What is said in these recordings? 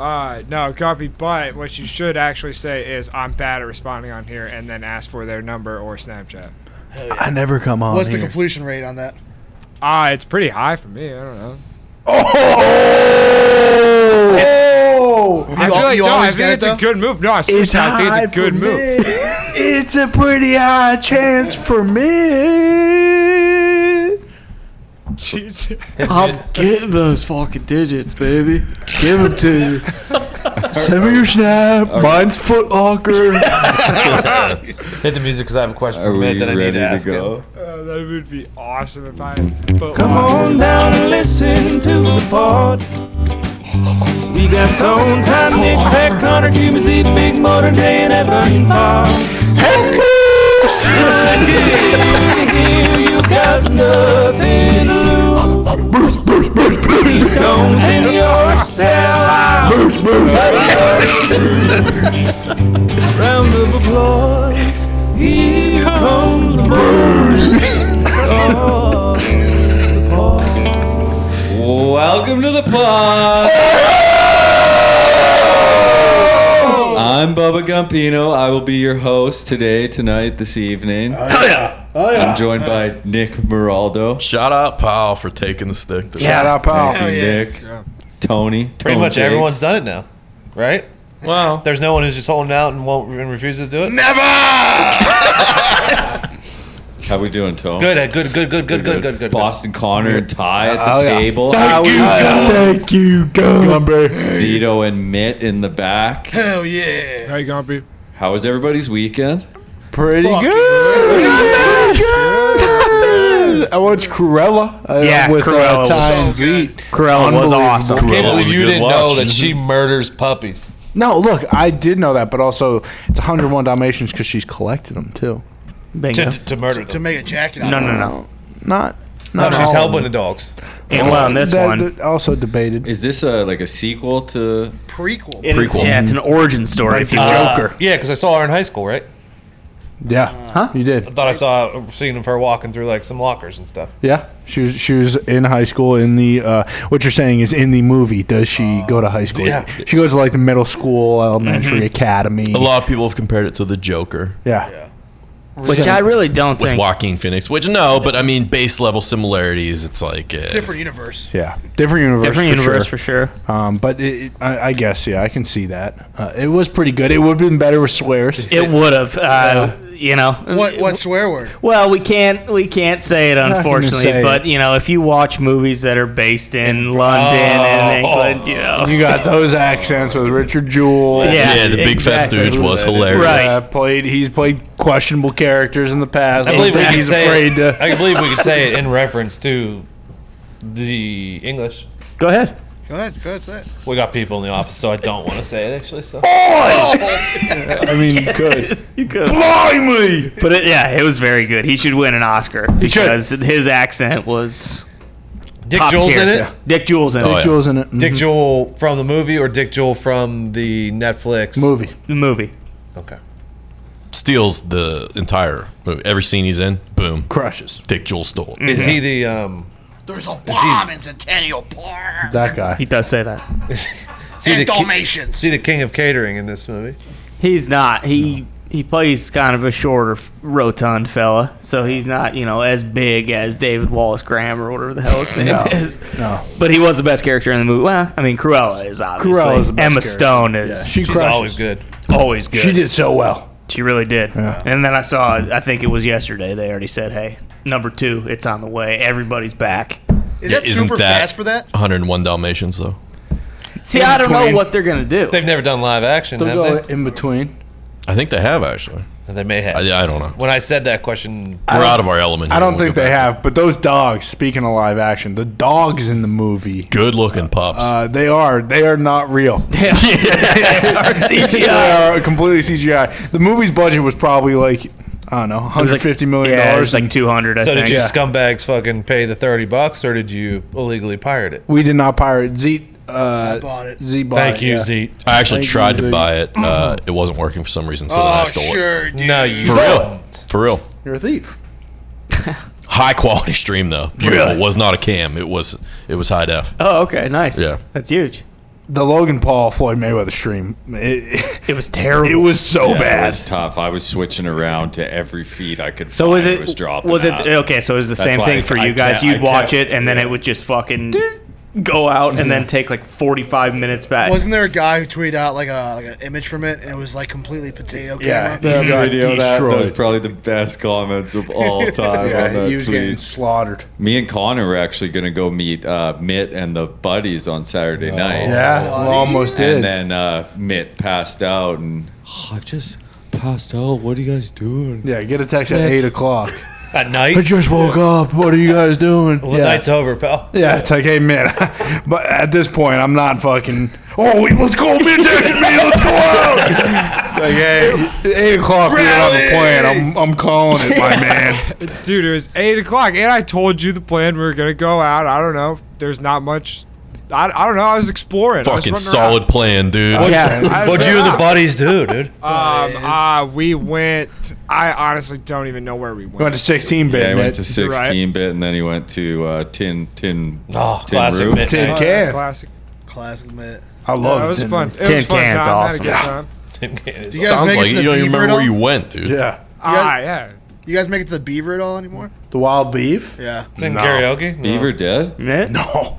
Uh, no, copy. But what you should actually say is, "I'm bad at responding on here," and then ask for their number or Snapchat. I never come on What's the here. completion rate on that? Ah, it's pretty high for me. I don't know. Oh! I feel like no, I think it's a good move. No, I, it's seriously, I think high it's a good for move. me. it's a pretty high chance for me. Jesus. I'm getting those fucking digits, baby. Give them to you. Send me your snap. Mine's Foot Locker. Hit the music because I have a question Are for we Mitt that I ready need to to ask him. go? Uh, that would be awesome if I. But Come on down and listen to the pod. We got Tone, Time, Nick, Peck, Connor, Cuba, Z, Big Motor, Jay, and Everton Fox. Here you got nothing to lose. Please don't pin yourself out. Round of applause. Here comes Bruce. Oh. Welcome to the pod. I'm Bubba Gumpino. I will be your host today, tonight, this evening. Oh, I'm joined by Nick Meraldo. Shout out Powell for taking the stick. This Shout out, pal. Thank you, Nick. Tony. Pretty much everyone's done it now, right? Wow. There's no one who's just holding out and won't and refuses to do it. No. How we doing, Tony? Good, uh, good, good, good, good, good, good, good. Oh, Boston Connor and Ty at the table. Thank you, Gumber. Zito and Mitt in the back. How you gonna be? How was everybody's weekend? Pretty good. Pretty good. I watched Cruella. uh, Yeah, with Cruella uh, was Ty and so Zeke. Corella was Unbelievable. awesome. Cruella Can't believe was a you good didn't know watch. that she murders puppies. No, look, I did know that, but also it's 101 Dalmatians because she's collected them too. To, Bingo. to, to murder To them. make a jacket out No, of no, it. no. Not, No, not she's all helping of the them. dogs. And well, in this That- one, that also debated. Is this a like a sequel to Prequel. it is- Prequel. yeah, it's an origin story. The Joker. Uh, Yeah, because I saw her in high school, right? Yeah, huh? You I did. thought I saw seen of her walking through like some lockers and stuff. Yeah, she was she was in high school in the. Uh, what you're saying is in the movie. Does she go to high school? yeah. she goes to like the middle school, elementary, Mm-hmm. academy. A lot of people have compared it to the Joker Yeah. Which I really don't with think. Joaquin Phoenix, which no, but I mean base level similarities. It's like uh, Different universe. Yeah, different universe. Different for universe sure. for sure. Um, but it, it- I, I guess yeah, I can see that. Uh, it was pretty good. It would have been better with swears. It would have, uh, you know. What what swear word? Well, we can't we can't say it gonna unfortunately, say but it. you know, if you watch movies that are based in London and England, you know, Oh. You got those accents with Richard Jewell. Yeah, yeah, the big fat exactly. stooge was hilarious. Right. Uh, played. He's played questionable characters in the past. I don't believe we think can he's say it. afraid to. I can believe we could say it in reference to the English. go ahead. Go ahead, go ahead, say it. We got people in the office, so I don't want to say it actually. So I mean, good. You could. But it, yeah, it was very good. He should win an Oscar should. because his accent was Dick top Joel's tier. in it. Dick Jules in Oh, it. yeah. Jewell's in it. Dick Mhm. Joel from the movie or Dick Joel from the Netflix movie. The movie. Okay. Steals the entire movie. Every scene he's in, boom. crushes. Dick Joel stole Mm-hmm. it. Is he the um? There's a bomb in Centennial Park. That guy. He does say that. Is he, is he And the ki- Dalmatians. is he the king of catering in this movie? He's not. He he plays kind of a shorter, rotund fella, so he's not you know as big as David Wallace Graham or whatever the hell his name is. No. But he was the best character in the movie. Well, I mean, Cruella is obviously. Cruella is the best Emma character. Stone is. She She's crushes. always good. always good. She did so well. She really did. And then I saw. I think it was yesterday. They already said, "Hey, number two, it's on the way. Everybody's back." Is Yeah, that isn't super that- fast for that? 101 Dalmatians though. See, I don't know what they're gonna do. They've never done live action, They'll go have in between. I think they have actually. they? They may have. I, I don't know. when I said that question, We're out of our element. I here don't when we think go they back. have, but those dogs. Speaking of live action, the dogs in the movie, Good looking pups. uh, they are they are not real. they CGI. are completely CGI. The movie's budget was probably like I don't know, 150 million Yeah, it was dollars. like two hundred. I so think. did you Yeah. scumbags fucking pay the thirty bucks, or did you illegally pirate it? we did not pirate Z. Uh, I bought it. Z bought Thank it, you, yeah. Zeke. I actually Thank tried to you, Ziggy. buy it. Uh, it wasn't working for some reason, so then I Oh, stole sure, dude. No, you it. For real. For real. You're a thief. High quality stream though. Beautiful. Was not a cam. It was it was high def. Oh, okay, nice. Yeah. that's huge. the Logan Paul Floyd Mayweather stream. It, It was terrible. it was so It bad. was tough. I was switching around to every feed I could. So find. was it? Was, dropping was it out. okay? So it was the That's same why thing I- for I you guys. kept- I You'd watch kept- it, and then it would just fucking go out, and then take like forty-five minutes back. Wasn't there a guy who tweeted out like a like an image from it and it was like completely potato Yeah. camera? That You got video, that, that was destroyed. probably the best comments of all time on Yeah, that he was getting tweet. slaughtered. Me and Connor were actually going to go meet uh, Mitt and the buddies on Saturday night. Oh. Yeah, we almost did. And then uh, Mitt passed out, and I've just passed out. What are you guys doing? yeah, get a text at eight o'clock. At night? I just woke up. What are you guys doing? Well, yeah. night's over, pal. Yeah, it's like, hey man, but at this point, I'm not fucking. Oh, wait, let's go midsection, man, let's go out. It's like, hey, eight o'clock, we're on the plane. I'm, I'm calling it, my man. Dude, it was eight o'clock, and I told you the plan. We were gonna go out. I don't know. There's not much. I, I don't know. I was exploring. I was Fucking running around. solid plan, dude. yeah, I was What'd you running and the around. buddies do, dude? Um, uh, we went. I honestly don't even know where we went. Going to 16 bit. Yeah, he went to Nick. 16 bit, and then he went to uh, tin tin Oh, tin classic roof. Mitt. Tin Uh, can. Classic. Classic man. I Yeah, love it was Tin fun. Man. It Tin was fun can's time. I had a awesome. good time. Tim Cannon is You guys Sounds make it like to it. the you don't even Beaver at remember where all? you went, dude. Yeah, Ah, yeah. You guys make it to the beaver at all anymore? the wild beef. Yeah. in karaoke. No. Beaver dead? No,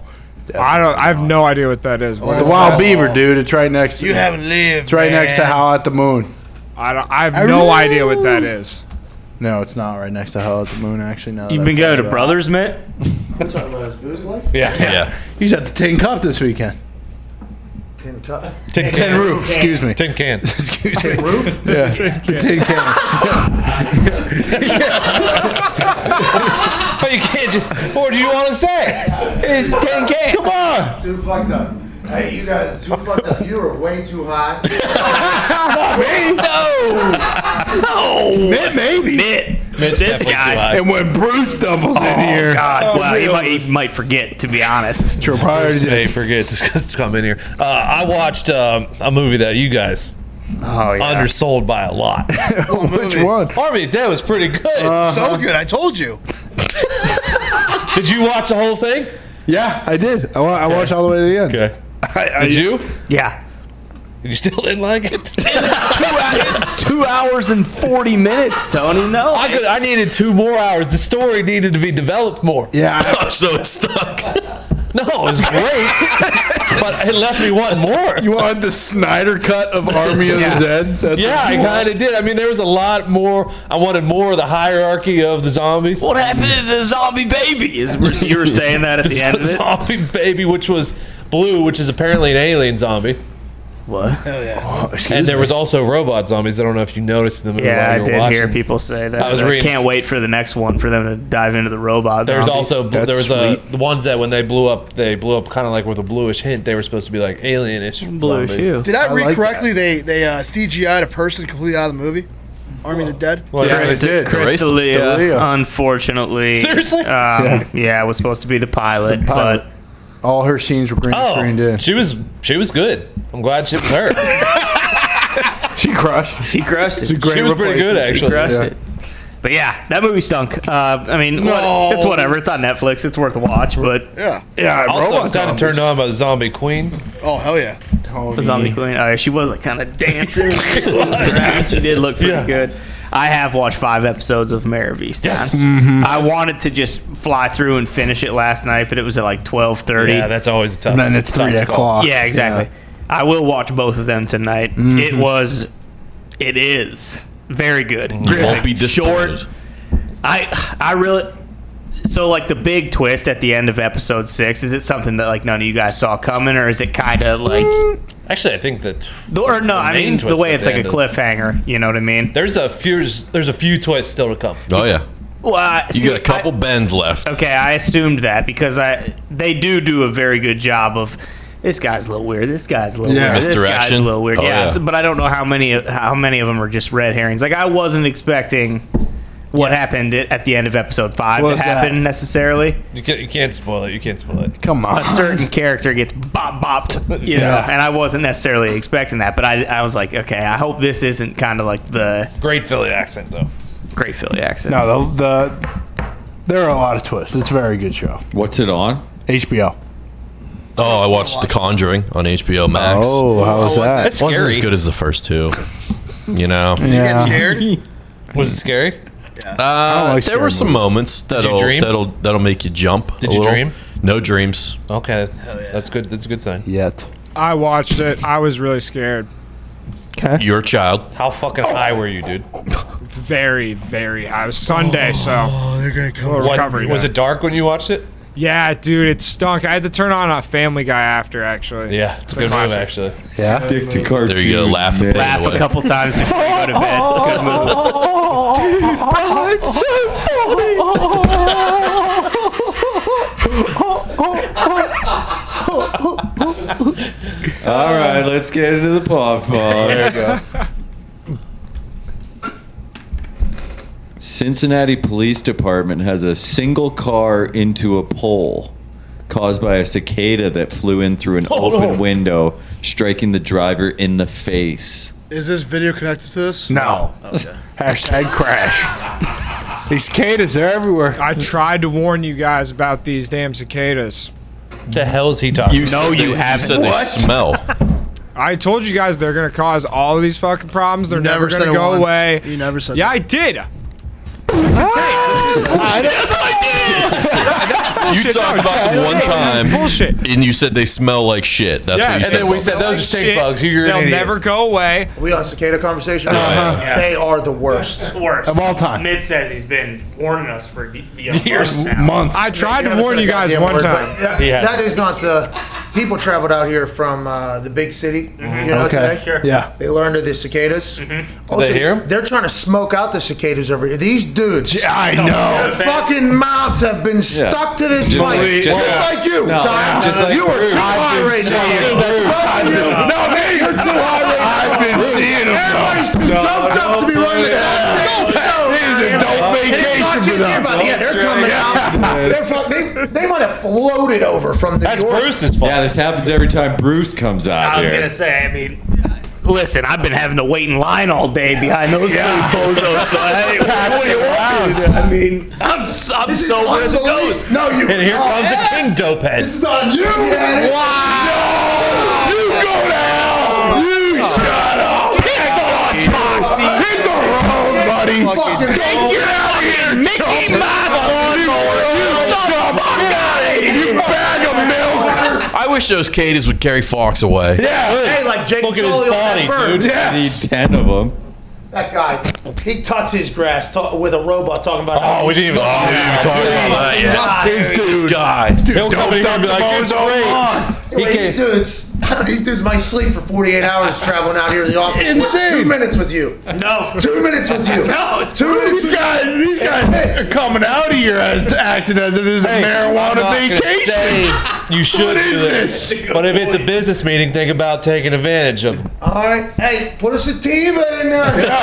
I don't. I have no idea what that is. What the is wild that? beaver, dude. It's right next. to You haven't lived. It's right next to Howl at the Moon. I don't. I have no idea what that is. No, it's not right next to Howl at the Moon. Actually, no. you've been going to Brothers, Mitt. Yeah. Yeah. He's at the Tin Cup this weekend. Tin cup. Tin, Tin tin, Roof. Excuse me. tin can. Excuse me. Roof? Yeah. The tin can. But you can't just. What do you want to say? It's tin can. Come on. Too fucked up. Hey, you guys, too fucked up. You were way too high. Mitt, maybe. Mitt. this guy. Oh, and when Bruce stumbles Oh, in here. Oh, God, wow, he might, he might forget. To be honest, True priority. May forget this because come in here. Uh, I watched um, a movie that you guys oh yeah, undersold by a lot. Which one? Army of Dead was pretty good. So good, I told you. Did you watch the whole thing? Yeah, I did. I, wa- I watched all the way to the end. Okay. I, I, Did you? yeah. You still didn't like it? Two hours and forty minutes, Tony. No, I could. I needed two more hours. The story needed to be developed more. Yeah. I- so it's stuck. No, it was great, but it left me wanting more. you wanted the Snyder cut of Army of Yeah. the Dead? That's Yeah, I kind of did. I mean, there was a lot more. I wanted more of the hierarchy of the zombies. what happened to the zombie baby? Is you were saying that at the end of it? zombie baby, which was blue, which is apparently an alien zombie. What? Oh, and there was also robot zombies. I don't know if you noticed in the movie. while Yeah, I you were did hear watching. people say that. I was so I reading- can't wait for the next one for them to dive into the robot. There's zombie. also there That's was uh, the ones that when they blew up, they blew up kind of like with a bluish hint. They were supposed to be like alienish. bluish zombies. hue. Did I, I read like correctly? They they uh, CGI'd a person completely out of the movie. Army of the Dead. Well, Yeah, yeah, I did. Chris D'Elia, D'Elia. unfortunately, Seriously? um, yeah. was supposed to be the pilot, pilot. All her scenes were green screened Oh, in. she was she was good. I'm glad she was her. She crushed. but he crushed it. she was pretty good actually. crushed Yeah. it. But yeah, that movie stunk. Uh, I mean, what, it's whatever. It's on Netflix. It's worth a watch. But Yeah. Yeah, Also, I robot was kind of zombies. turned on by the zombie queen. Oh hell yeah. the zombie queen, uh, she was like kind of dancing. she, did look pretty good. I have watched five episodes of Mare of Easttown. Mm-hmm. I wanted to just fly through and finish it last night, but it was at like twelve thirty. Yeah, that's always a tough. And then it's tough three call. o'clock. Yeah, exactly. I will watch both of them tonight. It Mm-hmm. Mm-hmm. was, it is very good. You won't be disappointed. Short. I I really. So like the big twist at the end of episode six is it something that like none of you guys saw coming or is it kind of like Actually, I think that the- or no I Mm, main mean the twist way at it's the like a end of- cliffhanger you know what I mean? there's a few there's a few twists still to come. Oh yeah. Well, I- You see, got a couple bends left. I- okay, I assumed that because I they do do a very good job of this guy's a little weird. This guy's a little Yeah. weird. This guy's a Misdirection? little weird. Oh, yeah, yeah. so- but I don't know how many how many of them are just red herrings. Like I wasn't expecting what happened at at the end of episode five What to was that? happen necessarily. You can't, you can't spoil it. You can't spoil it. Come on. A certain character gets bop bopped, you know, Yeah. and I wasn't necessarily expecting that. But I I was like, okay, I hope this isn't kind of like the Great Philly accent though. Great Philly accent. No, the, the there are a lot of twists. It's a very good show. What's it on? HBO. Oh, I watched The Conjuring on HBO Max. Oh, how was Oh, that? That's that's wasn't as scary. good as the first two. You know. Did you get Yeah. scared? was it scary? don't Uh, like there scary were some movies. moments Did you that'll dream? that'll that'll make you jump. Did a you little. dream? No dreams. Okay, that's, that's good. That's a good sign. Yet. I watched it. I was really scared. You're a child. How fucking high were you, dude? Very, very high. It was Sunday, so. Oh, they're going to come. What- recovery. was day. it dark when you watched it? Yeah, dude, it stunk. I had to turn on a Family Guy after, actually. Yeah, it's a The good move classic. actually. Yeah? Stick to There you go. Laugh, the Laugh a couple times before you go to bed. Good move. Dude, bro, it's so funny. All right, let's get into the paw fall. There we go. Cincinnati Police Department has a single car into a pole caused by a cicada that flew in through an Oh, open no. window, striking the driver in the face. Is this video connected to this? Oh, No. Okay. Hashtag crash. These cicadas, they're everywhere. I tried to warn you guys about these damn cicadas. The hell is he talking? You You know said you they- you haven't. said they smell. I told you guys they're gonna cause all of these fucking problems. They're You never never, said gonna it go once. away. You never said Yeah, that. I did. Yes, I You talked about them one time, and you said they smell like shit. That's Yeah, what you and said. then we said those are stink Shit, bugs. You're an they'll idiot. never go away. We on cicada conversation. Uh-huh. Yeah. They are the worst. Worst Of all time. Mid says he's been warning us for y- you know, Years. now. I tried Yeah, to haven't warn said you a guys goddamn one word, time. but that- Yeah. that is not the people traveled out here from uh, the big city. You know Okay. today. Sure. Yeah. They learned of the cicadas. Oh, They hear They're trying to smoke out the cicadas over here. These dudes. I know. Their fucking mouths have been stuck to this Just pipe. like- just just like- like you, No, Ty. just like you are Bruce. too I've high been right seeing now. Bruce. Both of you. I've No, been- me, you're too high right now. I've been seeing him, though. Everybody's been No, dumped up to be running the goddamn show. It is a man. dope And it's vacation not for just them. everybody. Yeah, they're Don't coming drink. out. They're fuck, they, they might have floated over from New York. Yeah, this happens every time Bruce comes out I was here. gonna say, I mean, listen, I've been having to wait in line all day behind those three bozos. So hey, what do you want? me to do? I mean, I'm s- I'm This is sober as a unbelievable. ghost. No, you. And here Oh, comes a king dope head. This is on you. Wow. You go to hell. You shut up. Hit the road, Foxy. Hit the road, buddy. Take your fucking Mickey Mouse lawnmower. You fuck out of here. You bag of milk. I wish those cicadas would carry Fox away. Hey, like Jake Sully on that bird. Need ten of them. That guy, he cuts his grass ta- with a robot talking about. how Oh, we he's didn't even, oh, we didn't even talk about that yet. God, This guy. He'll come in here and be like, it's great. Anyway, these dudes, these dudes might sleep for 48 hours traveling out here to the office. Insane. Two minutes with you. No. Two minutes with you. No. Two minutes. These with guys, you. these guys are coming out of here as acting as if this is a Hey, I'm marijuana not gonna vacation. say You should What do is this. this? But if it's a business meeting, think about taking advantage of it. All right. Hey, put a sativa in there.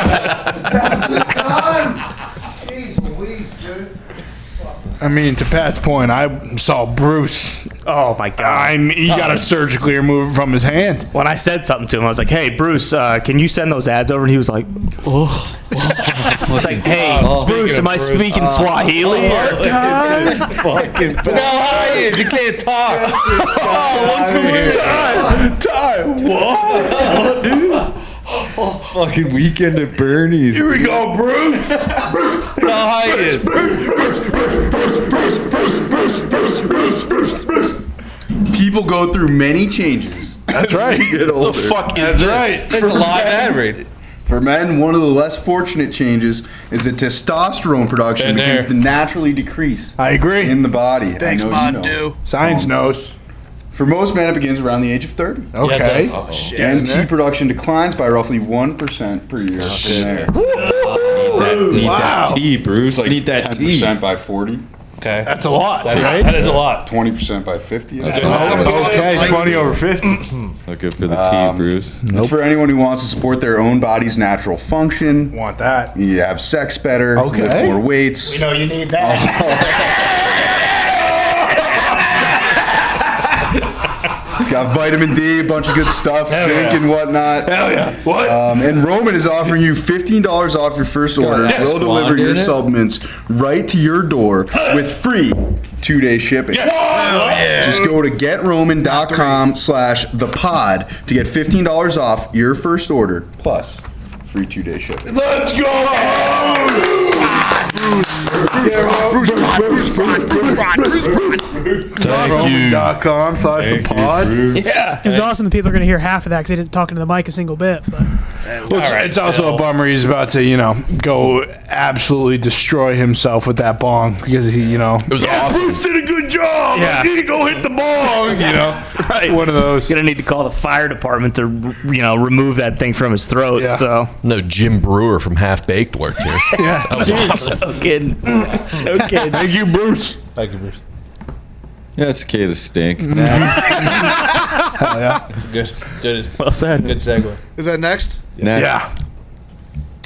I mean, to Pat's point, I saw Bruce. Oh my god! I'm, he got a surgically removed from his hand. When I said something to him, I was like, "Hey, Bruce, uh, can you send those ads over?" And he was like, "Oh." I was like, "Hey, Oh, Bruce, speaking am of I Bruce. speaking Uh, Swahili?" oh, Or- fucking No, how he is. You can't talk. oh, look at Ty. Ty, what? What, dude? Fucking weekend at Bernie's. Here we go, Bruce. No, how he is. People go through many changes. That's right. Get older. The fuck is That's this? Right. That's a live ad read. For men, one of the less fortunate changes is that testosterone production Been there. begins to naturally decrease. I agree. In the body. I Thanks, know you Mod know. Um, Dew. Science knows. For most men, it begins around the age of 30. Okay. Yeah, it does. Oh, shit. And T production declines by roughly 1% per year. from there. That, need Wow. that tea, Bruce. It's like need that 10% tea. by 40. Okay. That's a lot, That's- right? that is a lot. 20% by 50. That's a lot. Okay, 20 over 50. Mm. It's not good for the tea, Um, Bruce. It's for anyone who wants to support their own body's natural function. Want that. You have sex better. Okay. Lift more weights. We know you need Oh. that. This Got vitamin D, a bunch of good stuff, Hell zinc yeah. and whatnot. Hell yeah. What? Um, and Roman is offering you fifteen dollars off your first Got order. that We'll swan deliver in your it? supplements right to your door with free two day shipping. Just go to getroman.com slash the pod to get fifteen dollars off your first order plus free two day shipping. Let's go! Roman.com slash the pod. Yeah. It was awesome that people are going to hear half of that because they didn't talk into the mic a single bit. But Well, it's, it's also a bummer he's about to, you know, go absolutely destroy himself with that bong because he, you know, it was awesome. Bruce did a good job. Yeah. I need to go hit the bong. You know, right. one of those. Gonna need to call the fire department to, you know, remove that thing from his throat. Yeah. So no Jim Brewer from Half Baked worked here. yeah, that was Dude, awesome. So kidding. So kidding. Thank you, Bruce. Thank you, Bruce. Yeah, it's okay to stink. Hell yeah. That's good. Good. Well said. Good segue. Is that next? Next.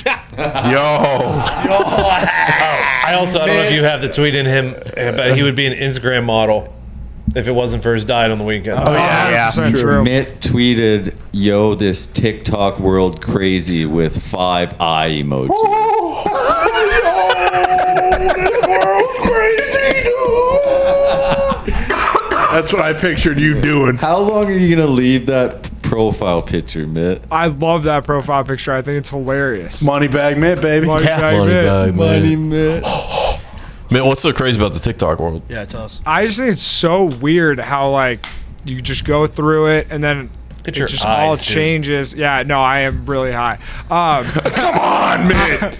Yo. I also I don't know if you have the tweet in him, but he would be an Instagram model if it wasn't for his diet on the weekend. Oh yeah, Mitt tweeted, "Yo, this TikTok world crazy with five eye emojis." Oh, That's what I pictured you doing. How long are you gonna leave that p- profile picture, Mitt? I love that profile picture. I think it's hilarious. Money bag Mitt, baby. Money bag Mitt. Money Mitt. Man, what's so crazy about the TikTok world? Yeah, tell us. I just think it's so weird how like you just go through it and then it your just eyes, all dude. changes. Yeah, no, I am really high. Um, Come on, man.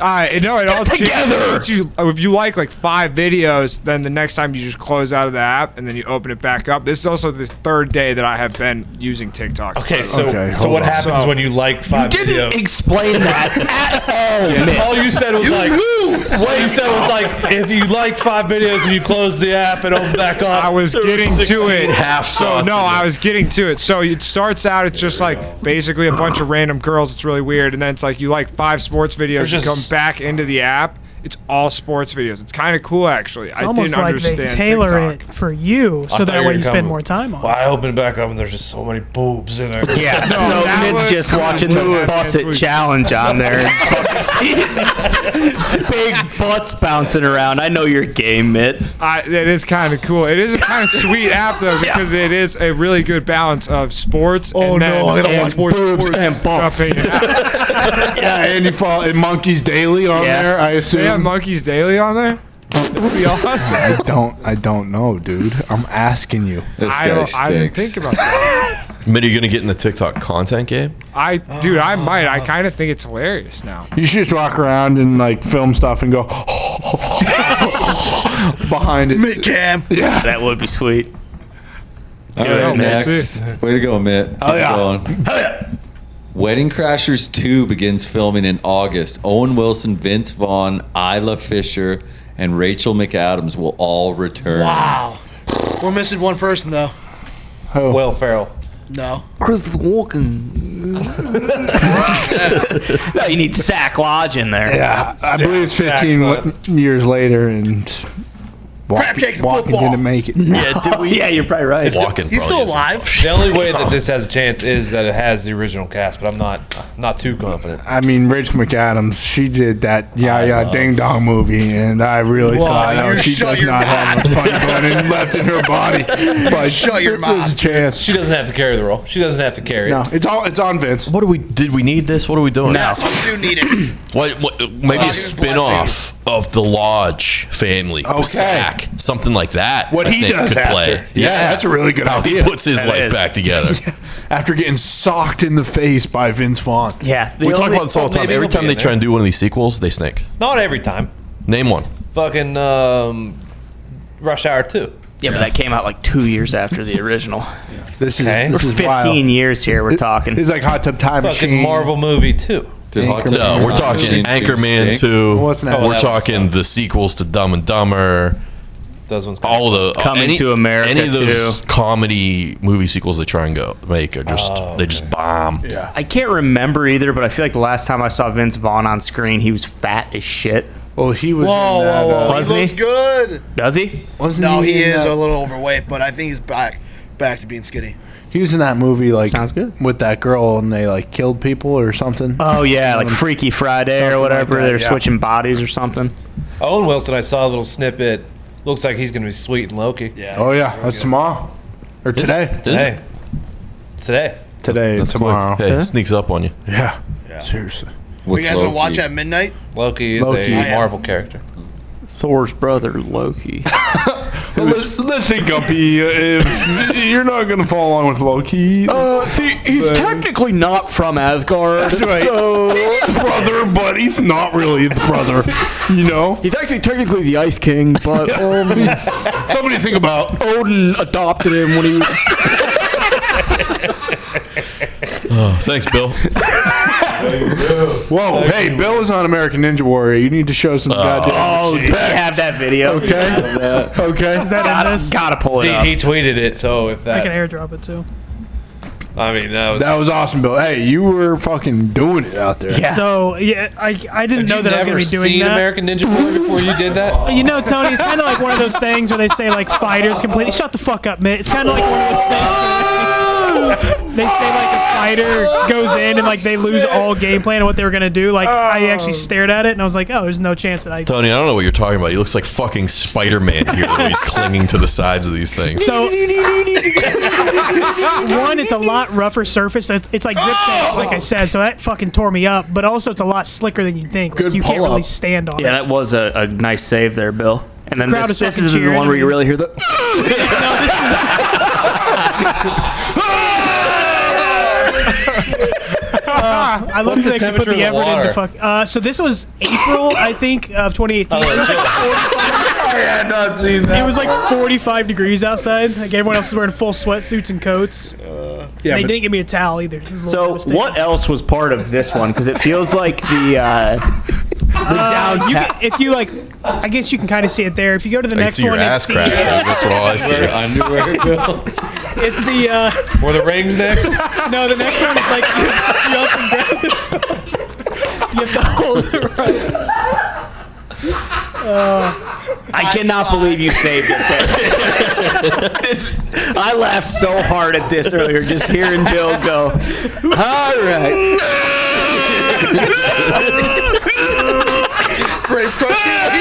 Uh, no, it all together. changes. You, oh, if you like like five videos, then the next time you just close out of the app and then you open it back up. This is also the third day that I have been using TikTok. Okay, so so what happens when you like five didn't videos? explain that at all. Mitt. All you said was You like, lose. what you said was like, if you like five videos and you close the app and open back up, I was there were getting to 16 it. Half so shots no, in I was getting to it. So it starts out it's just like basically a bunch of random girls. It's really weird, and then it's like you like five sports videos. There's you come just- back into the app. It's all sports videos. It's kind of cool actually. it's I almost didn't like understand they tailor TikTok. it for you I so thought that were way gonna you spend come- more time on Well, I opened it back up and there's just so many boobs in there. Yeah, so Mitt's just watching the Bus It Challenge on there. Big butts bouncing around. I know your game, Mitt. I, it is kind of cool. It is a kind of sweet app though because it is a really good balance of sports. Oh and then, no, I gotta and watch more boobs sports and butts. stuff in- yeah, and you follow and Monkeys Daily on Yeah. there. I assume. They have Monkeys Daily on there. That'd be awesome. I don't. I don't know, dude. I'm asking you. This I, don't, I didn't think about that. Mitt, are you gonna get in the TikTok content game? I, dude, I might. I kind of think it's hilarious now. You should just walk around and like film stuff and go behind it. Mid cam. Yeah. That would be sweet. All Yeah, right, we'll next. Way to go, Mitt. Keep Hell yeah. going. Wedding Crashers 2 begins filming in August. Owen Wilson, Vince Vaughn, Isla Fisher, and Rachel McAdams will all return. Wow. We're missing one person though. Oh. Will Ferrell. No. Christopher Walken. no, you need Sack Lodge in there. Yeah, I believe it's 15 li- years later and Crab cakes and walking football. didn't make it. Yeah, did we- yeah, you're probably right. The only way that this has a chance is that it has the original cast, but I'm not not too confident. I mean, Rich McAdams, she did that Yeah Yeah love- Ding Dong movie, and I really Well, thought you oh, she shut does your not have much fun going in left in her body. But There's a chance. She doesn't have to carry the role. She doesn't have to carry No, it. it's all it's on Vince. What do we did we need this? What are we doing? No. do need it. What, what, maybe a spin off of the Lodge family. Okay. Okay. Sack, something like that. What I he think does could after. Yeah, that's a really good How idea. He puts his That life is. back together. After getting socked in the face by Vince Vaughn. Yeah, we talk about this all the time. Every time they try and do one of these sequels, they snake. Not every time. Name one. Fucking um, Rush Hour 2. Yeah, but that came out like two years after the original. This is, We're 15 years here. We're talking. It's like Hot Tub Time Fucking Machine. Marvel movie too. No, we're talking Anchorman 2. What's Oh, next? We're talking the sequels to Dumb and Dumber. Those ones all the Coming any- to America, Any of those comedy movie sequels they try and go make are just Oh, they just bomb. Yeah. I can't remember either, but I feel like the last time I saw Vince Vaughn on screen, he was fat as shit. Well, he Whoa, whoa, uh, whoa. Wasn't he looks he? good. Does he? no, he, is a little overweight, but I think he's back back to being skinny. He was in that movie like sounds good with that girl, and they like killed people or something. Oh yeah, like Freaky Friday or whatever. Um, that, They're yeah. switching bodies or something. Owen Wilson, I saw a little snippet. Looks like he's going to be sweet and Loki. Yeah. Oh yeah, that's tomorrow or today. Today. Today. Today, That's tomorrow. Quick. Hey, it sneaks up on you. Yeah. Seriously. you guys want to watch at midnight? Loki is Loki. a Marvel character. Thor's brother Loki. Listen, Gumpy, if you're not gonna fall along with Loki. Uh, see, he's technically not from Asgard. That's right. he's his brother, but he's not really his brother. You know, he's actually technically the Ice King, but um, somebody think about Odin adopted him when he. Oh, thanks, Bill. Whoa, hey, Bill is on American Ninja Warrior. You need to show some goddamn. Oh, do you have that video? Okay. okay. Is that in this? Gotta pull it See, up. he tweeted it, so if I that. can airdrop it too. I mean, that was. That was awesome, Bill. Hey, you were fucking doing it out there. So yeah, I I didn't know you that I was gonna never be doing seen that. American Ninja Warrior before you did that? you know, Tony, it's kind of like one of those things where they say like fighters completely shut the fuck up, man. It's kind of like one of those things. where They say like a fighter goes in and like they lose all game plan on what they were gonna do. Like I actually stared at it and I was like, oh, there's no chance that I. Tony, I don't know what you're talking about. He looks like fucking Spider Man here. the way he's clinging to the sides of these things. So one, it's a lot rougher surface. It's, it's like grip tape, like I said. So that fucking tore me up. But also, it's a lot slicker than you think. Good you can't pull-up. really stand on it. Yeah, that was a, a nice save there, Bill. And then Crowd is this, this fucking is the one cheering. where you really hear the. Uh, I love that What's the they actually put temperature the of the effort in to water? fuck. Uh, so this was April, I think, of 2018. It Oh, was like I had not seen that. It was like 45 degrees outside. Like everyone else was wearing full sweatsuits and coats. yeah, Uh, yeah, they but- didn't give me a towel either. It was a little So devastating. what else was part of this one? Because it feels like the uh, Uh, you can, if you like, I guess you can kind of see it there. If you go to the I can next see your one, ass it's crack. though. the, That's what all I see. Underwear, Bill. it's the uh, Were the rings next? no, the next one is like you up and grab it. You have to hold it right. Uh, I cannot believe you saved it. this, I laughed so hard at this earlier, just hearing Bill go. All right. Great question.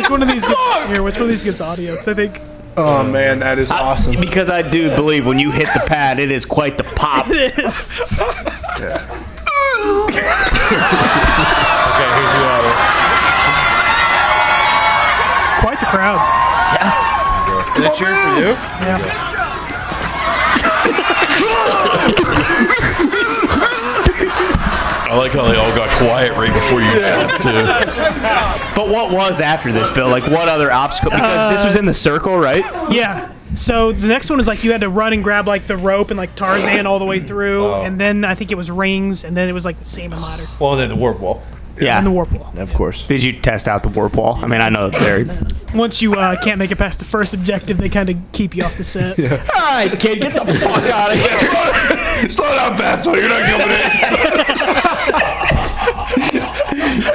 which one of these gets, here? Which one of these gets audio? Because I think Oh man, that is awesome. Because I do believe when you hit the pad, it is quite the pop. it is. Okay, here's the audio. Quite the crowd. Did it cheer for you? Yeah. I like how they all got quiet right before you jumped to. But what was after this, Bill? Like what other obstacle? Because this Uh, was in the circle, right? Yeah. So the next one was like you had to run and grab like the rope and like Tarzan all the way through, and then I think it was rings, and then it was like the salmon ladder Well, then the warp wall. Yeah. and the warp wall. Of course. Did you test out the warp wall? I mean, I know they're. Once you uh, can't make it past the first objective, they kind of keep you off the set. All right, kid, get the fuck out of here. Slow down, Fatso. You're not coming in.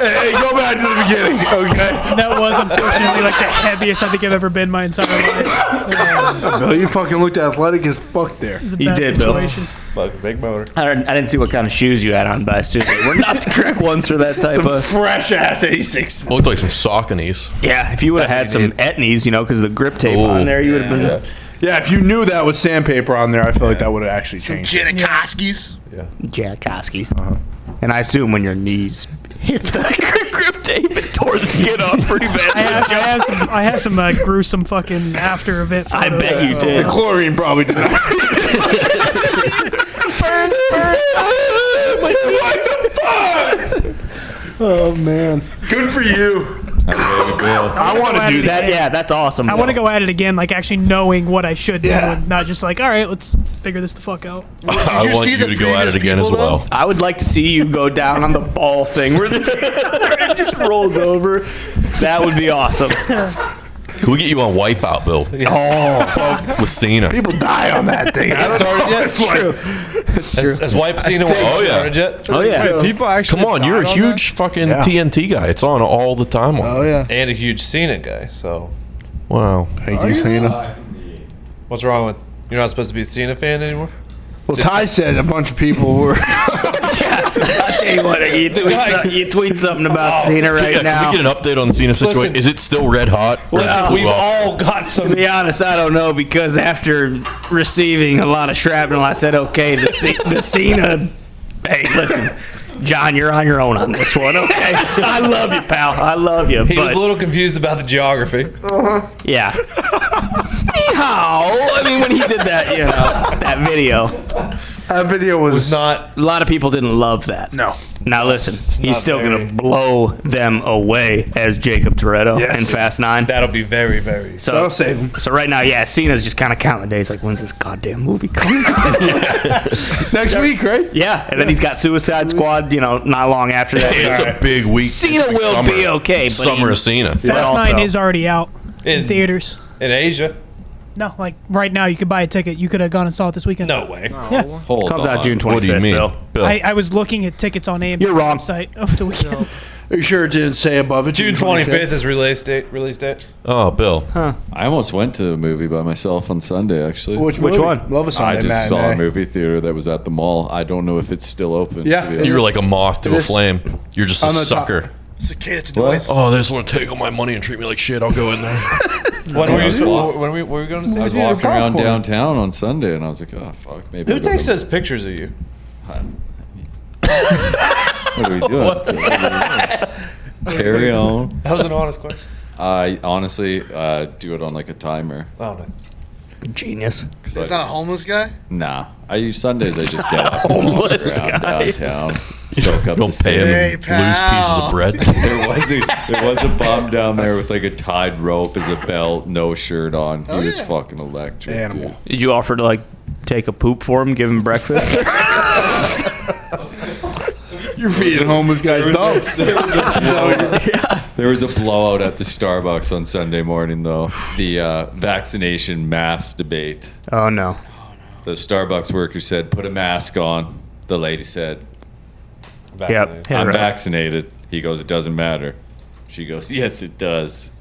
hey, hey, go back to the beginning, okay? And that was unfortunately like the heaviest I think I've ever been my entire life. Yeah, Bill, you fucking looked athletic as fuck there. it was a You bad did, Bill. situation. Fucking big motor. I didn't, I didn't see what kind of shoes you had on, but I assume they were not the correct ones for that type of. Fresh ass Asics. Looked like some Sauconys. Yeah, if you would have had some etnies, you know, because the grip tape Ooh. on there, you would have been. Yeah, if you knew that was sandpaper on there, I feel like that would have actually changed. Uh-huh. Janikowski's. Janikowski's. And I assume when your knees hit the grip tape, it tore the skin off pretty bad. I have, I have some, I have some uh, gruesome fucking after event. I photos. bet you The did. chlorine probably did not. Oh man, good for you. I want to do that. That, yeah, that's awesome. I want to though. go at it again, like actually knowing what I should Yeah. do, and not just like, all right, let's figure this the fuck out. I you want see you the to go at previous it again as people, well. though? I would like to see you go down on the ball thing where the it just rolls over. That would be awesome. Can we get you on Wipeout, Bill? Oh, with Cena. People die on that thing. I don't know. That's true. Has, has Wipe seen a while? Oh, yeah. Started yet? Oh yeah. People actually. Come on, you're a died huge fucking Yeah. TNT guy. It's on all the time. On. Oh yeah. And a huge Cena guy, so. Wow. Thank you, Cena. What's wrong with. You're not supposed to be a Cena fan anymore? Well, Ty said a bunch of people were. I'll tell you what, you tweet, so, you tweet something Oh. about Cena Can we right get- now. Can we get an update on the Cena situation? Listen. Is it still red hot? Or is it Well, cooled we've off? all got some. To be honest, I don't know because after receiving a lot of shrapnel, I said, "Okay, the C- the Cena." Hey, listen, John, you're on your own on this one. Okay, I love you, pal. I love you. He but was a little confused about the geography. yeah, how? I mean, when he did that, you know, that video. That video was, not. A lot of people didn't love that. No. Now listen, he's still gonna blow them away as Jacob Toretto Yes. in Fast Nine. That'll be very, very. So So right now, yeah, Cena's just kind of counting the days, like when's this goddamn movie coming? Next week, right? Yeah, and then he's got Suicide Squad. You know, not long after that. It's So- a big week. Cena It's a will summer. be okay. But Summer he- of Cena. but Fast also- Nine is already out in, In- theaters. In Asia. No, like right now, you could buy a ticket. You could have gone and saw it this weekend. No way. Yeah. Hold Comes out on. June What do you 25th, mean? Bill. I, I was looking at tickets on AMC You're wrong. website over the weekend. Are you sure it didn't say above it? June 25th is release date. Release date. Oh, Bill. Huh. I almost went to a movie by myself on Sunday, actually. Which Which movie? one? Love a Sunday I just matinee. saw a movie theater that was at the mall. I don't know if it's still open. Yeah. to be You were honest. like a moth to It a is- flame. You're just a On the top. sucker. Cicada to What? Oh, they just want to take all my money and treat me like shit. I'll go in there. What I were you? was walk- What were we, what were we going to say? I was walking around downtown on Sunday, and I was like, "Oh fuck, maybe." Who I'll go takes to- those pictures of you? What are we doing? What the- Carry on. That was an honest question. I honestly uh, do it on like a timer. Oh no. Genius. Cause I Is that a just- homeless guy? Nah, I use Sundays. I just get up, Homeless walk around guy. downtown, soak up Don't the pay him city. in Hey, loose pieces of pal. bread. there was a there was a bum down there with like a tied rope as a belt, no shirt on. Oh, He was fucking electric. Dude. Did you offer to like take a poop for him, give him breakfeast? You're feeding homeless guys dumps. There was a blowout at the Starbucks on Sunday morning, though. The uh, vaccination mask debate. oh no. The Starbucks worker said, "Put a mask on." The lady said, Yep. Yeah, I'm right. vaccinated. He goes, it doesn't matter. She goes, yes, it does.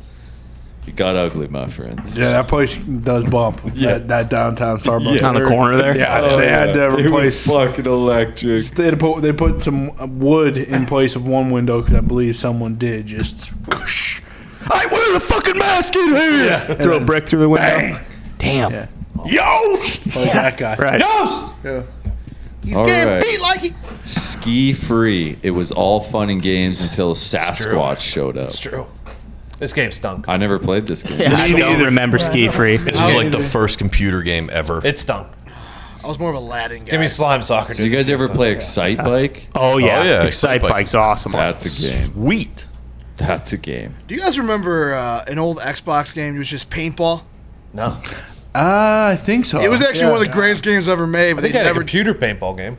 It got ugly, my friends. Yeah, that place does bump. Yeah. That, that downtown Starbucks Yeah. On the area. corner there? Yeah, Oh, they had to yeah. It was replace. fucking electric. They had to put they put some uh, wood in place of one window because I believe someone did just. I wear the fucking mask in here. Yeah. Throw a brick through the window. Damn. Yost! Like Oh, that guy. Right. Yost! He's All getting right. beat like he. Ski free. It was all fun and games until Sasquatch showed up. It's true. This game stunk. I never played this game. Yeah, I don't remember Ski Free. This is like the first computer game ever. It stunk. I was more of a Latin guy. Give me slime soccer. Did you guys ever play Excite Bike? Oh yeah. Oh, yeah, Excite Bike's awesome. That's a game. Sweet. That's a game. Do you guys remember uh, an old Xbox game? It was just paintball. No. Uh, I think so. It was actually one of the greatest games ever made, I but they think I had a never. computer paintball game.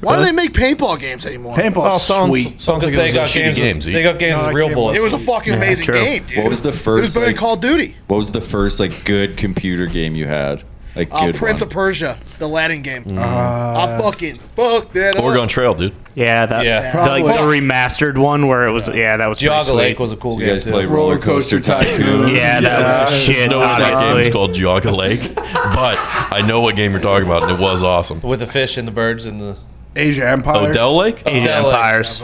Why do they make paintball games anymore? Paintball, Oh, sounds- sweet. sounds like Because they those got are shitty games, games. with- they got games with real bullets. It was a fucking amazing game, dude. What was the It was first? better than like, Call of Duty. what was the first like good computer game you had? Like Uh, good Prince one. Mm-hmm. of Persia, the Latin game. I fucking fucked that up. Oregon Trail, dude. Yeah, that Yeah. the, like the remastered one where it was yeah, that was pretty Geauga sweet. Lake was a cool You game. guys too. play Roller Coaster Tycoon? Yeah, that was a shit. No, that game Obviously, is called Geauga Lake, but I know what game you're talking about, and it was awesome. with the fish and the birds and the Asia Empire. Odell Lake? Age of Odell Lake. Empires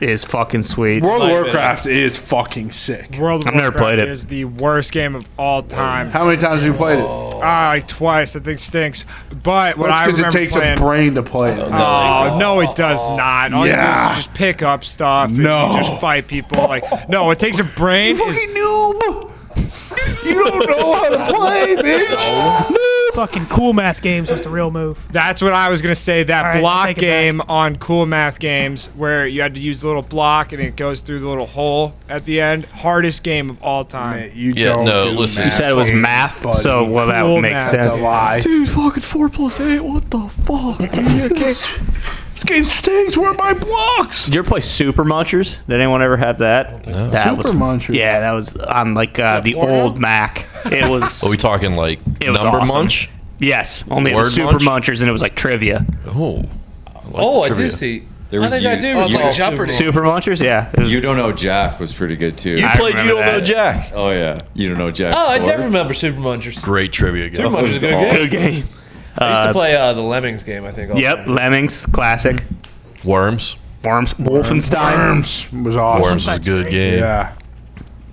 is fucking sweet. World of Like, uh, Warcraft is fucking sick. World of I've never Warcraft played it. Is the worst game of all time. How many times have you played it? Well, Ah, like twice. That thing stinks. But what it's I remember it takes playing, a brain to play it. Oh no, it does not. All you Yeah. do is just pick up stuff. and No. you just fight people. Like no, it takes a brain. is- noob! You don't know how to play, bitch! Fucking cool math games was the real move. That's what I was gonna say. That All right, block take it back. game on Cool Math Games, where you had to use the little block and it goes through the little hole at the end. Hardest game of all time. You Yeah, don't no, do listen. math. You said it was games, math, buddy. so well that Cool makes math. sense. That's a lie. Dude, fucking four plus eight. What the fuck? This game stinks. Where are my blocks? Did you ever play Super Munchers? Did anyone ever have that? that Super Munchers. Yeah, that was on like uh, the old Mac. It was. Are we talking like It was number awesome. munch? yes, only it was Word Super Munch? Munchers, and it was like trivia. Oh, I like Oh, the I do trivia. see. There was I think I you- do. Oh, it's recall like Jeopardy. Super- Super Munchers, yeah. It was- You don't know Jack was pretty good too. You I played You remember Don't that. Know Jack. oh yeah, you don't know Jack. Oh, I Sports? do remember Super Munchers. Great trivia Super game. Munchers is a good awesome. game. good game. I used Uh, to play uh, the Lemmings game, I think. all the Yep, Lemmings, classic. Worms. Worms. Wolfenstein. Worms was awesome. Worms was a good game. Yeah.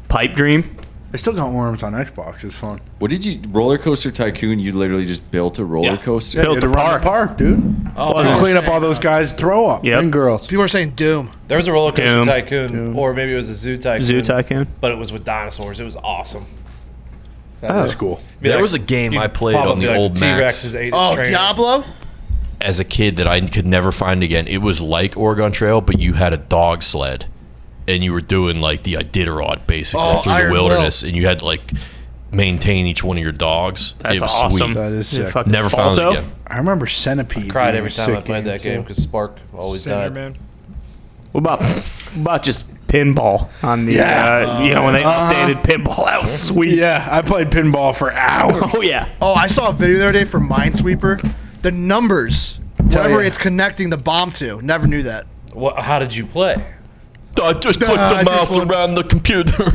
Pipe Dream. They still got Worms on Xbox. It's fun. What did you roller coaster tycoon? You literally just built a roller coaster. Yeah, you had to run the park, dude. Oh, Oh, clean up all those guys' throw up Yep. and girls. People are saying Doom. There was a roller coaster Doom. tycoon, or maybe it was a zoo tycoon. Zoo Tycoon. But it was with dinosaurs. It was awesome. That was cool. There was a game I played on the old Macs. T-Rex's ate Oh, its trainer. Diablo? as a kid that I could never find again. It was like Oregon Trail, but you had a dog sled, and you were doing like the Iditarod basically Oh, through Iron the Will. wilderness, and you had to like maintain each one of your dogs. That's it was Sweet. awesome. That is sick. Fucking Never found it Falto? again. I remember Centipede. cried being every a time sick I played that game too. because Spark always died. What about what about just pinball on the uh, you know when they Uh-huh. updated pinball? That was sweet. Yeah, I played pinball for hours. Oh yeah. Oh, I saw a video the other day for Minesweeper. The numbers, Tell whatever ya. it's connecting the bomb to, never knew that. What, how did you play? I just put Nah, the I just mouse want- around the computer.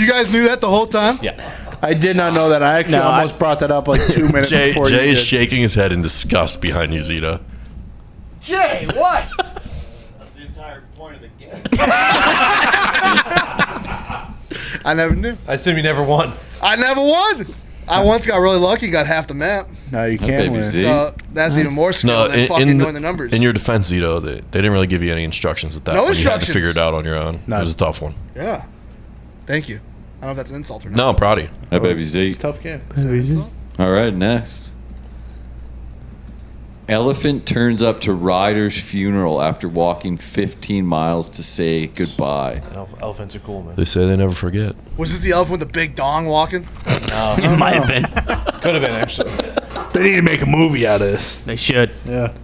You guys knew that the whole time? Yeah. I did not know that. I actually No, I- almost brought that up like two minutes Jay, before Jay you is did. shaking his head in disgust behind you, Zeta. Jay, what? I never knew. I assume you never won. I never won. I once got really lucky, got half the map. No, you baby can't win. Z. So that's even more skill No, than in, fucking in, knowing the numbers. in your defense, Zito, they, they didn't really give you any instructions with that. No one. You had to instructions. figure it out on your own. It was a tough one. yeah. Thank you. I don't know if that's an insult or not. No, I'm proud of you. That baby Z. Tough game. All right, next. Elephant turns up to rider's funeral after walking 15 miles to say goodbye. Elf- Elephants are cool, man. They say they never forget. Was this the elephant with the big dong walking? It might have been. Could have been actually. They need to make a movie out of this. They should. Yeah.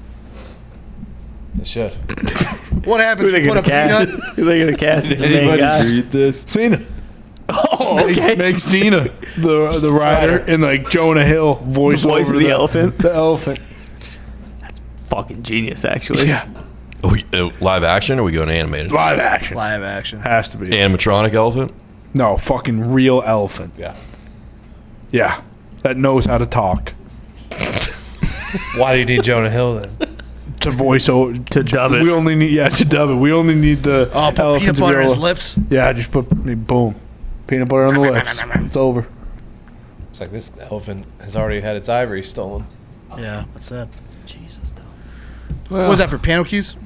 They should. What happened? Put a peanut? Who they gonna cast as the main Anybody guy? read this? Cena. Oh, okay. Make, make Cena the the rider and like Jonah Hill voice, voice of over the elephant? The elephant. Fucking genius, actually. Yeah. Are we, uh, live action or are we going animated? Live action. Live action. Has to be. Animatronic elephant? No, fucking real elephant. Yeah. Yeah. That knows how to talk. Why do you need Jonah Hill then? To voice over to dub it. We only need yeah, to dub it. We only need the Oh, put elephant peanut to be butter on able his to- lips. Yeah, just put boom. Peanut butter on the lips. It's over. It's like this elephant has already had its ivory stolen. Yeah, that's it. Jesus, though. what was that for piano cues?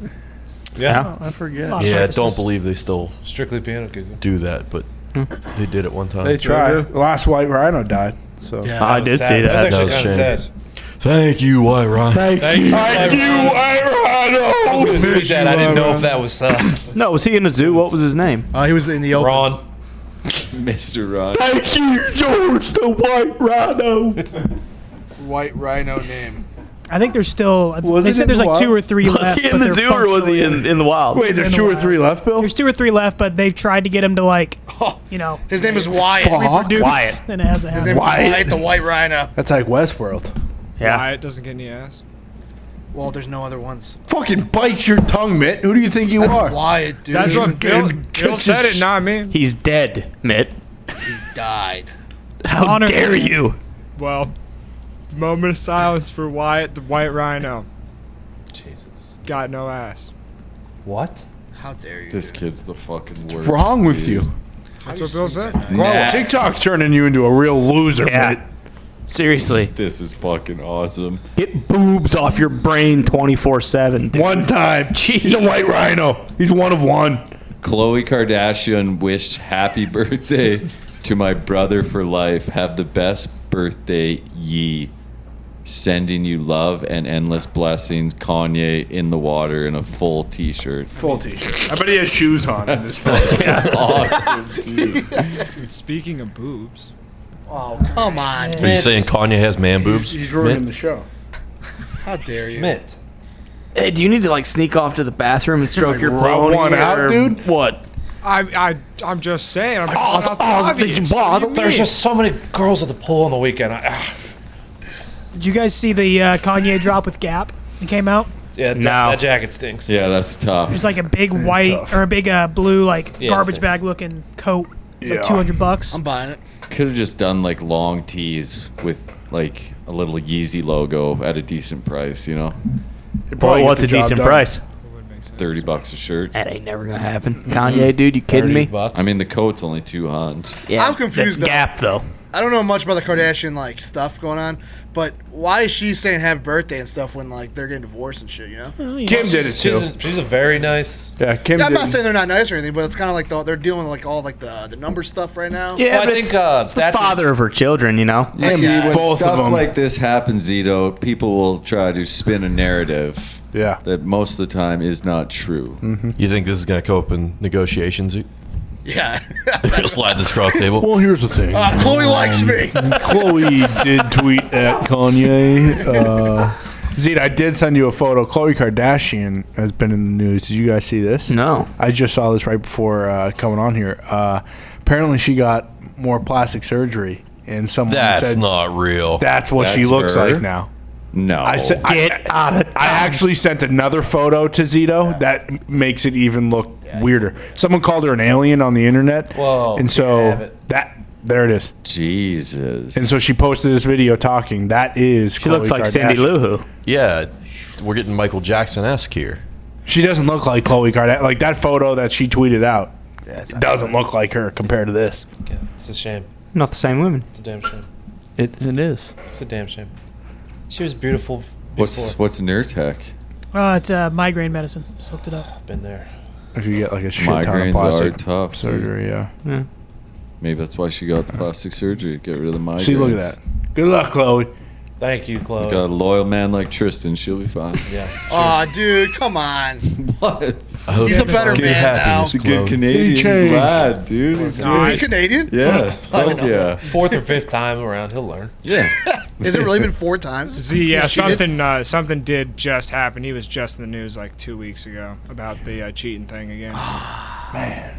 Yeah. I forget. Yeah, I don't believe they still Strictly piano keys. do that, but Hmm. they did it one time. They tried. Last white rhino died. So Yeah. I did That see that. was That actually was kind of sad. Thank you, White Ron. Thank you. Thank I was white gonna tweet that. I didn't know if that was uh, No, was he in the zoo? What was his name? Uh, he was in the open. Ron. Mr. Ron. Thank you, George the white rhino. White rhino name. I think there's still. Was they it in said there's the like two wild? or three Was left. he but in the they're zoo or was he functionally- in, in the wild? Wait, there's in two the or three left, Bill. There's two or three left, but they've tried to get him to like, you know, His name is Wyatt. Fuck. reproduce, Wyatt. and it hasn't His name happened. is Wyatt. Wyatt the white rhino. That's like Westworld. Yeah. Why it doesn't get any ass? Well, there's no other ones. Fucking bite your tongue, Mitt. Who do you think you That's are? Wyatt, dude. That's what Bill, and Bill kicks said his- it, not me. He's dead, Mitt. died. How Honor- dare you? Well, moment of silence for Wyatt the White Rhino. Jesus. Got no ass. What? How dare you? This kid's the fucking worst. Wrong with dude. you. That's what Bill said. Bro, TikTok's turning you into a real loser, Mitt. Yeah. Seriously, This is fucking awesome. get boobs off your brain 24 7. One time. He's a white rhino. He's one of one. Khloe Kardashian wished happy birthday to my brother for life. Have the best birthday, ye. Sending you love and endless blessings, Kanye in the water in a full t shirt. Full t shirt. I bet he has shoes on. in this photo. Awesome, dude. Speaking of boobs, Oh, come on. Are you saying Kanye has man boobs? He's ruining Mitt? the show. How dare you? Mitt. Hey, do you need to like sneak off to the bathroom and stroke your Rub pony one out, or dude? What? I, I, I'm just saying. I'm Oh, just the- oh, the ball, the- There's just so many girls at the pool on the weekend. I, ah. Did you guys see the uh, Kanye drop with Gap? It came out. yeah, that, No. that jacket stinks. Yeah, that's tough. It's like a big white tough. or a big uh, blue like Yeah, it garbage stinks. bag looking coat. It's Yeah. like 200 bucks. I'm buying it. Could have just done like long tees with like a little Yeezy logo at a decent price, you know? Well, what's a decent price? Thirty bucks a shirt. That ain't never gonna happen. Kanye, dude, you kidding me? I mean, the coat's only two hundred. I'm confused. though. I don't know much about the Kardashian like stuff going on, but why is she saying happy birthday and stuff when like they're getting divorced and shit? You know, Kim did it She's too. a, she's a very nice. Yeah, Kim Yeah, I'm not did- saying they're not nice or anything, but it's kind of like the, they're dealing with like all like the the number stuff right now. Yeah, but it's, uh, it's the father of her children, you know. You see, when Both of stuff them. like this happens, Zito, people will try to spin a narrative. Yeah. That most of the time is not true. You think this is going to come up in negotiations? Yeah. They'll slide this cross table. Well, here's the thing. Uh, Chloe likes me. Chloe did tweet at Kanye. Uh, Zed, I did send you a photo. Chloe Kardashian has been in the news. Did you guys see this? No. I just saw this right before uh, coming on here. Uh, apparently, she got more plastic surgery, and someone That's said not real. that's what she That's looks her? like now. No. Oh. I said, Get I, out of I actually sent another photo to Zito that m- makes it even look weirder. Someone called her an alien on the internet. Whoa, can't have And so it. that there it is. Jesus. And so she posted this video talking. That is. She looks like Cindy Lou Who. Yeah, we're getting Michael Jackson esque here. She doesn't look like Chloe Kardashian. Like that photo that she tweeted out it doesn't look like her compared to this. It's a shame. Not the same women. It's a damn shame. It, it is. It's a damn shame. She was beautiful What's before. what's Nurtec? Uh, it's uh, migraine medicine. Just looked it up. Been there. If you get like a shit ton of Migraines are plastic tough. dude. surgery, yeah. Yeah. Maybe that's why she got the plastic surgery. Get rid of the migraines. See, look at that. Good luck, Chloe. Thank you, Chloe. Got a loyal man like Tristan. She'll be fine. yeah. Aw, dude, come on. What? hope He's a it's better good man happiness, now. He's a good Chloe. Canadian He changed. lad, dude. He's Oh, Is he great. Canadian? Yeah. I Fuck don't know. yeah. Fourth or fifth time around, he'll learn. Yeah. Has it really been four times? See, yeah, She did- something uh, something did just happen. He was just in the news like two weeks ago about the uh, cheating thing again. Man, Ah,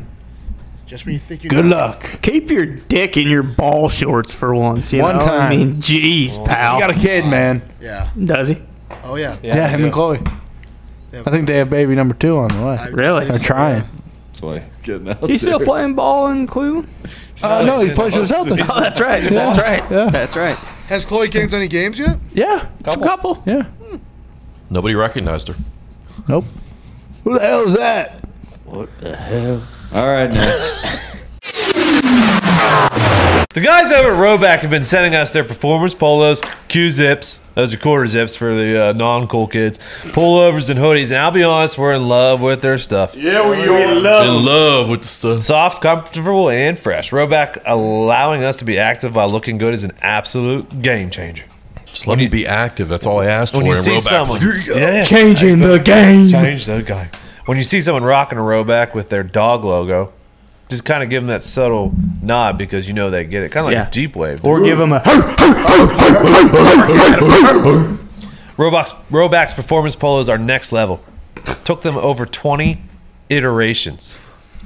Just when you think you Good know. luck. Keep your dick in your ball shorts for once. You One know? I time. mean, jeez, pal. He Oh. got a kid, man. Yeah. Does he? Oh yeah. Yeah, him and Chloe. I think they have baby number two on the way. Really? They're trying. That's why he's getting out You still there. playing ball in Clue? Uh, no, he plays for the Celtics. Oh, that's right. That's right. That's right. Has Chloe King's any games yet? Yeah. Couple. couple. Yeah. Nobody recognized her. Nope. Who the hell is that? What the hell? All right, next. The guys over at Roback have been sending us their performance polos, Q zips. Those are quarter zips for the uh, non cool kids. Pullovers and hoodies. And I'll be honest, we're in love with their stuff. Yeah, we are in In love with the stuff. Soft, comfortable, and fresh. Roback allowing us to be active while looking good is an absolute game changer. Just let me be active. That's all I asked When for. you And see Roback was someone, like, "Here you go." Yeah, yeah. Changing the game. Change the game. When you see someone rocking a Roback with their dog logo, just kind of give them that subtle nod because you know they get it. Kind of like Yeah. a deep wave. Or give him a. Robox, Roback's performance polos are next level. Took them over 20 iterations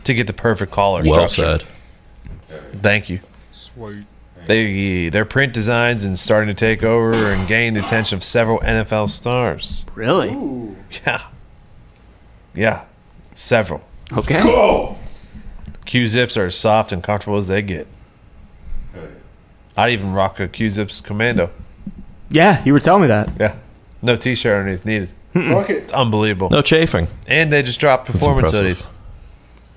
to get the perfect collar. Well structure. Thank you. Sweet. They, their print designs and starting to take over and gain the attention of several NFL stars. Really? Yeah. Yeah. Several. Okay. Q zips are as soft and comfortable as they get. I'd even rock a Q zips commando. Yeah, you were telling me that. Yeah. No t shirt underneath needed. Fuck it. It's unbelievable. No chafing. And they just dropped performance hoodies. impressive.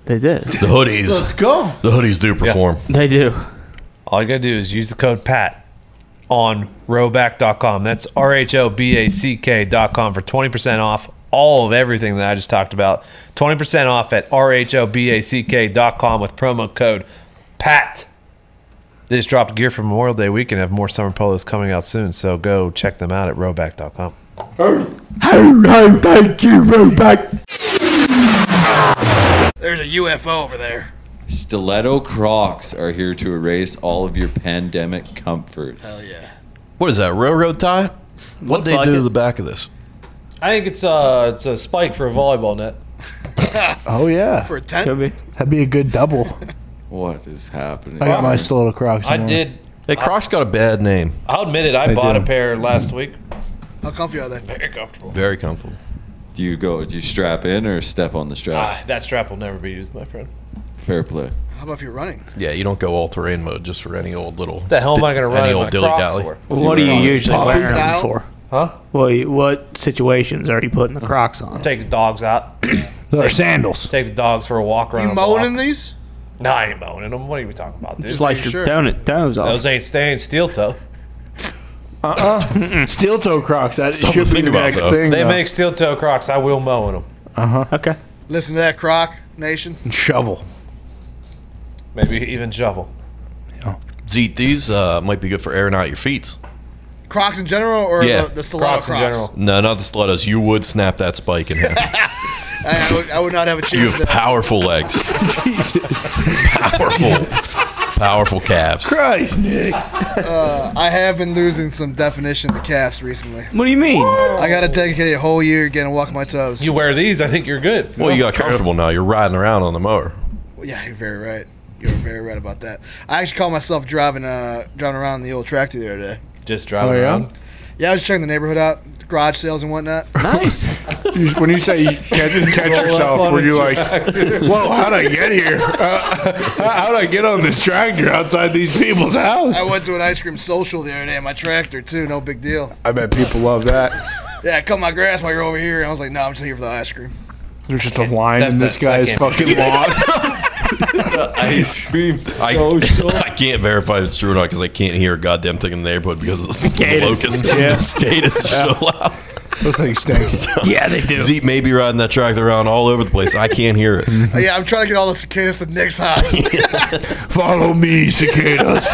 They did. The hoodies. Let's go. The hoodies do perform. They do. All you gotta do is use the code PAT on rowback.com. That's R H O B A C K.com for 20% off all of everything that I just talked about. 20% off at R H O B A C K.com with promo code PAT. They just dropped gear for Memorial Day weekend. Have more summer polos coming out soon, so go check them out at rowback.com. Hello, thank you, Roback. There's a UFO over there. Stiletto Crocs are here to erase all of your pandemic comforts. Hell yeah. What is that, railroad tie? What they like do it. to the back of this? I think it's uh it's a spike for a volleyball net. Oh yeah. For a tent? Could be. That'd be a good double. What is happening? I got my stiletto Crocs. I on. did Hey, Crocs got a bad name. I'll admit it, I They bought do. a pair last week. How comfy are they? Very comfortable. Very comfortable. Do you go? Do you strap in or step on the strap? Ah, that strap will never be used, my friend. Fair play. How about if you're running? Yeah, you don't go all terrain mode just for any old little. The hell am I gonna run any in old my dilly Crocs dally? for? Well, what are you usually Pop wearing them dial? for? Huh? Well, you, what situations are you putting the Crocs on? Take the dogs out. They're sandals. Take the dogs for a walk around. You the mowing block. in these? No, I ain't mowing in them. What are you talking about, dude? Just like your donut toes off. Those ain't staying steel toe. Uh-uh. Steel toe Crocs. That Something should be the next thing. They though. make steel toe Crocs. I will mow in them. Uh huh. Okay. Listen to that, Croc Nation. Shovel. Maybe even shovel. Zeke, these uh, might be good for airing out your feet. Crocs in general, or Yeah. the, the stiletto Crocs? No, not the stilettos. You would snap that spike in half. I, I would, I would not have a you chance. have powerful legs. Powerful. Powerful calves. Christ, Nick. Uh, I have been losing some definition to calves recently. What do you mean? I got to dedicate a whole year getting to walk my toes. You wear these, I think you're good. Well, you got comfortable now. You're riding around on the mower. Yeah, you're very right. You're very right about that. I actually caught myself driving, uh, driving around the old tractor the other day. Just driving around. Yeah, I was checking the neighborhood out, garage sales and whatnot. Nice. You- when you say you catch, catch yourself, were you like, whoa, how'd I get here? Uh, how- how'd I get on this tractor outside these people's house? I went to an ice cream social the other day in my tractor too. No big deal. I bet people love that. Yeah, cut my grass while you're over here. And I was like, no, I'm just here for the ice cream. There's just a line That's in this not- that guy's can't be fucking true. lawn. ice cream social. I, can't verify if it's true or not because I can't hear a goddamn thing in the neighborhood because of the Cicadas. locusts. Yeah. The cicadas are so loud. Those things stink. Yeah, they do. Zeke may be riding that tractor around all over the place. I can't hear it. Uh, yeah, I'm trying to get all the cicadas to Nick's house. Follow me, cicadas.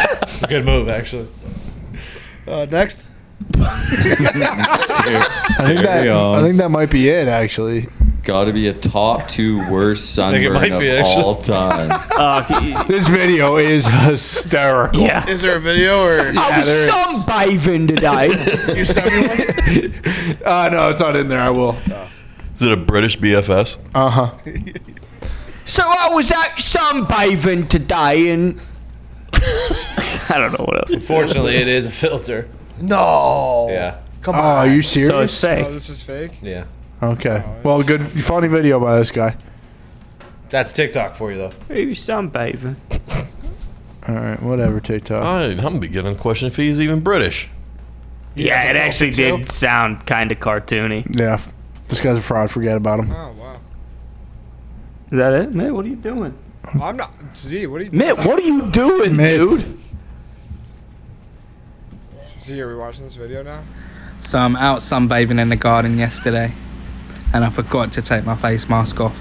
Good move, actually. uh, next. I think, There that, we are. I think that might be it, actually. Got to be a top two worst think it sunburn might of be, actually. all time. this video is hysterical. Is there a video or? Yeah, there is. sunbathing today. you sent me one. Uh, no, it's not in there. I will. Is it a British BFS? Uh Uh-huh. huh. So I was out sunbathing today, and I don't know what else. Unfortunately, it is a filter. No. Yeah. Come Oh, oh, are you serious? this is fake. Yeah. Okay. Well, good, funny video by this guy. That's TikTok for you, though. Maybe sunbathing. All right, whatever, TikTok. I, I'm beginning to question if he's even British. Yeah, it actually did sound kind of cartoony. Yeah, f- this guy's a fraud. Forget about him. Oh, Is that it, Mitt? What are you doing? I'm not. Z, what are you doing? Mitt, what are you doing, dude? Z, are we watching this video now? So I'm out sunbathing in the garden yesterday and I forgot to take my face mask off.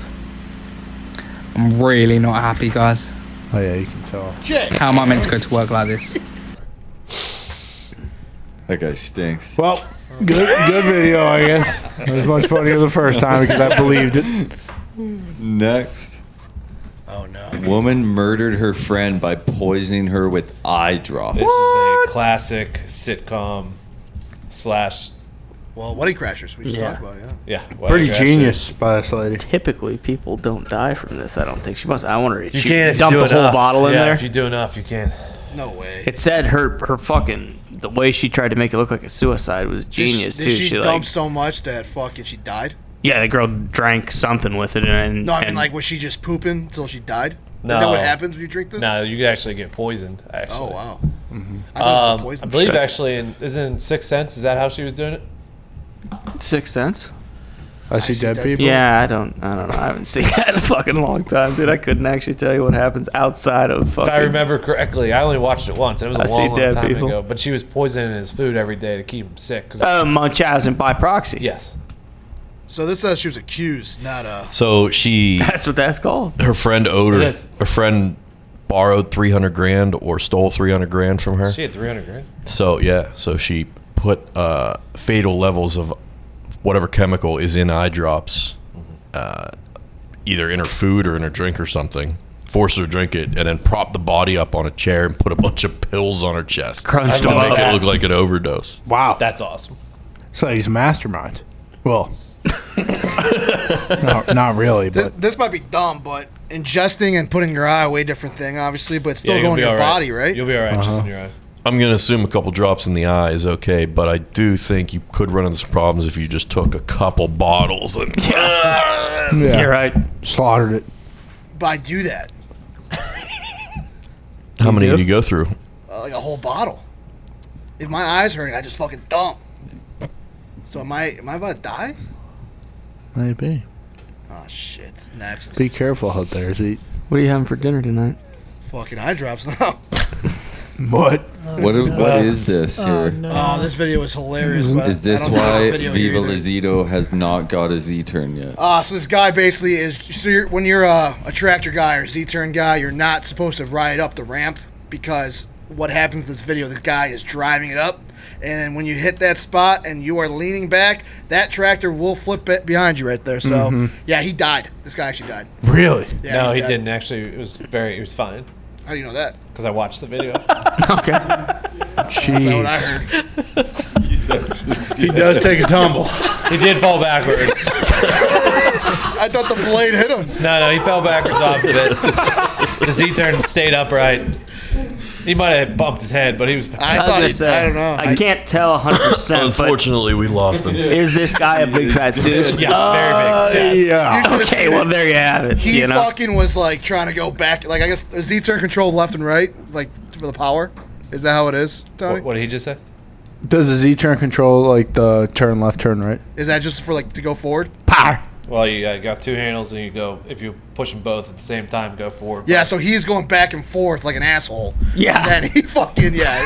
I'm really not happy, guys. Oh, yeah, you can tell. How am I meant to go to work like this? That guy stinks. Well, good, good video, I guess. It was much funnier the first time because I believed it. Next. Oh no. Woman murdered her friend by poisoning her with eye drops. This is a classic sitcom slash. Well, Wedding Crashers. We just Yeah. talked about it. Yeah. Pretty genius by this lady. Typically, people don't die from this. I don't think she must. I wonder if You she can if you dumped do the whole enough. bottle in Yeah, there. If you do enough, you can. Yeah. No way. It said her her fucking the way she tried to make it look like a suicide was genius did too. She, She, dumped like so much that fucking she died. yeah, the girl drank something with it and No, I mean and- like was she just pooping until she died? Is that what No. happens when you drink this? No, you could actually get poisoned. Actually. Oh wow. I thought it was the Um, I, poison. believe Shit. actually in is in Sixth Sense. Is that how she was doing it? Sixth Sense. I see dead people. Yeah, I don't, I don't know. I haven't seen that in a fucking long time, dude. I couldn't actually tell you what happens outside of fucking. If I remember correctly, I only watched it once. It was a I see long, long dead time people. ago. But she was poisoning his food every day to keep him sick. 'cause- Uh, Munchausen by proxy. Yes. So this says she was accused, not uh. So she. That's what that's called. Her friend owed her. It is. Her friend borrowed 300 grand or stole 300 grand from her. She had 300 grand. So yeah, so she put uh, fatal levels of whatever chemical is in eye drops, Mm-hmm. uh, either in her food or in her drink or something. Forced her to drink it, and then propped the body up on a chair and put a bunch of pills on her chest Crunched to them make up. it look like an overdose. Wow. That's awesome. So he's a mastermind. Well, not, not really, This, but this might be dumb, but ingesting and putting your eye way different thing, obviously, but it's still Yeah, you'll going to be all your right. body, right? You'll be all right just in Uh-huh. your eye. I'm gonna assume a couple drops in the eye is okay, but I do think you could run into some problems if you just took a couple bottles and yeah, You're right. Slaughtered it. But I do that. How many do? do you go through? uh, like a whole bottle. If my eyes hurting, I just fucking dump. So am I? Am I about to die? Maybe. Oh shit! Next, Be careful out there, Zeke. What are you having for dinner tonight? fucking eye drops now. What? What, are- what is this here? Oh, this video is hilarious. but Is I this don't know the why video Viva either. Lazito has not got a Z turn yet? Uh, so this guy basically is so you're, when you're a, a tractor guy or Z-turn guy, you're not supposed to ride up the ramp because what happens in this video, this guy is driving it up, and when you hit that spot and you are leaning back, that tractor will flip it behind you right there. So Mm-hmm. Mhm. yeah, he died. This guy actually died. Really? Yeah, no, he's he dead. didn't actually. It was very. It was fine How do you know that? because I watched the video. That's not what I heard. he does take a tumble. he did fall backwards. I thought the blade hit him. No, no, he fell backwards off of it. The Z turn stayed upright. He might have bumped his head, but he was. I was gonna say, I can't tell 100%. Unfortunately, we lost him. Is this guy a big fat suit? Yeah, very big. You should've Uh, Okay, seen well it. there you have it. He you know, fucking was like trying to go back. Like I guess Z turn control left and right, like for the power. Is that how it is, Tony? What, what did he just say? Does the Z turn control like the turn left, turn right? Is that just for like to go forward? Well, you uh, got two handles, and you go if you push them both at the same time, go forward. Yeah, so he's going back and forth like an asshole. Yeah. And then he fucking yeah.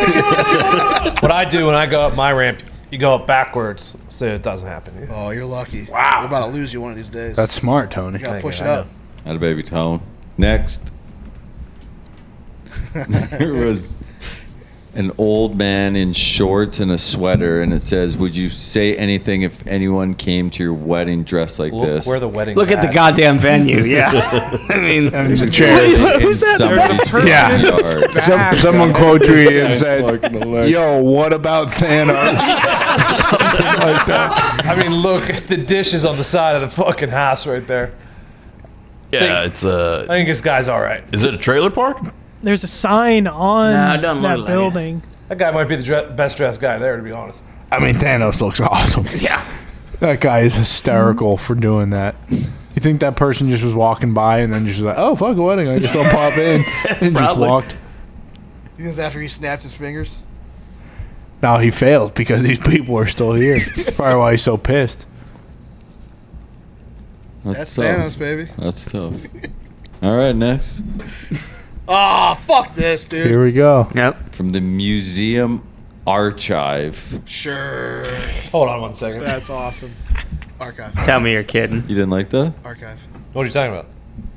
what I do when I go up my ramp, you go up backwards, so it doesn't happen. Oh, you're lucky. Wow. We're about to lose you one of these days. That's smart, Tony. You gotta push it up. Had a baby tone. Next. there was an old man in shorts and a sweater, and it says, "Would you say anything if anyone came to your wedding dressed like Look this?" where the wedding's Look at the goddamn venue, yeah. I mean, there's a Who's that? Yeah. Some, someone quote tweeted and said, "Yo, what about Thanos?" I mean, look at the dishes on the side of the fucking house right there. Yeah, it's uh, I a. think this guy's all right. Is it a trailer park? There's a sign on Nah, it doesn't look that like it. building. That guy might be the dre- best dressed guy there, to be honest. I mean, Thanos looks awesome. Yeah. That guy is hysterical for doing that. You think that person just was walking by and then just was like, "Oh fuck, a wedding!" I guess I'll pop in and just Probably. walked. He goes after he snapped his fingers. Now he failed because these people are still here. That's probably why he's so pissed. That's Thanos, baby. That's tough. All right, next. Ah, fuck this, dude. we go. Yep. From the museum archive. Sure. Hold on one second. That's awesome. Archive. Tell me you're kidding. You didn't like that Archive. What are you talking about?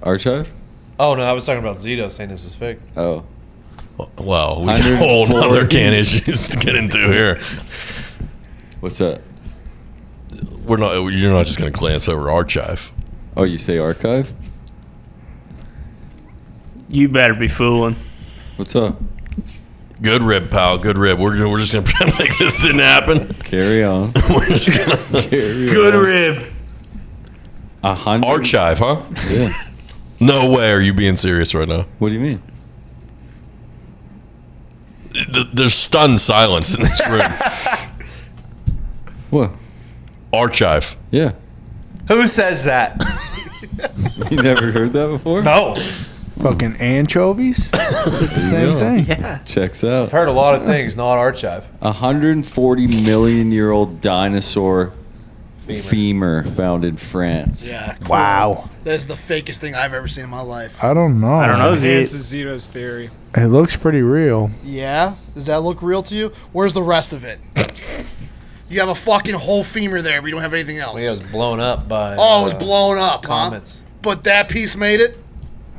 archive? Oh no, I was talking about Zito saying this was fake. Oh. Well, we got a whole 140. other can of issues to get into here. What's that? We're not. You're not just going to glance over archive. Oh, you say archive? You better be fooling. What's up? Good rib, pal. Good rib. We're, we're just going to pretend like this didn't happen. Carry on. we're just going to. Good rib. A hundred. Archive, huh? Yeah. No way are you being serious right now. What do you mean? There's stunned silence in this room. what? Archive. Yeah. Who says that? You never heard that before? No. Fucking anchovies. the you same go. thing. Checks out. I've heard a lot of things, not archive. A 140 million year old dinosaur femur. found in France. Yeah. cool. Wow. That is the fakest thing I've ever seen in my life. I don't know. It's Zito's theory. It looks pretty real. Yeah. Does that look real to you? Where's the rest of it? you have a fucking whole femur there, but you don't have anything else. It was blown up by. oh, it was uh, blown up, comets. huh? But that piece made it.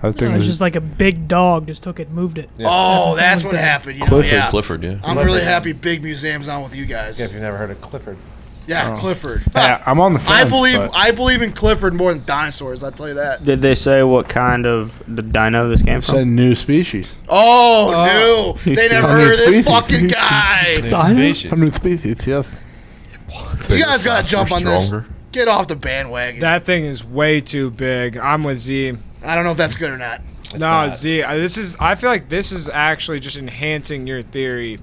I think It was just like a big dog just took it, moved it. Oh, Everything that's was what dead. happened. You know, Clifford, yeah. Clifford, yeah. I'm Clifford. really happy Big Museum's on with you guys. Yeah, if you've never heard of Clifford. Yeah, Oh. Clifford. Yeah, I'm on the I fence. believe but- I believe in Clifford more than dinosaurs. I will tell you that. Did they say what kind of the dino this came It's a from? new species. Oh, no, they never heard of this Species. fucking guy. A new species, yes. You guys gotta jump on this. Stronger. Get off the bandwagon. That thing is way too big. I'm with Z. I don't know if that's good or not. no, Z. I- This is. I feel like this is actually just enhancing your theory.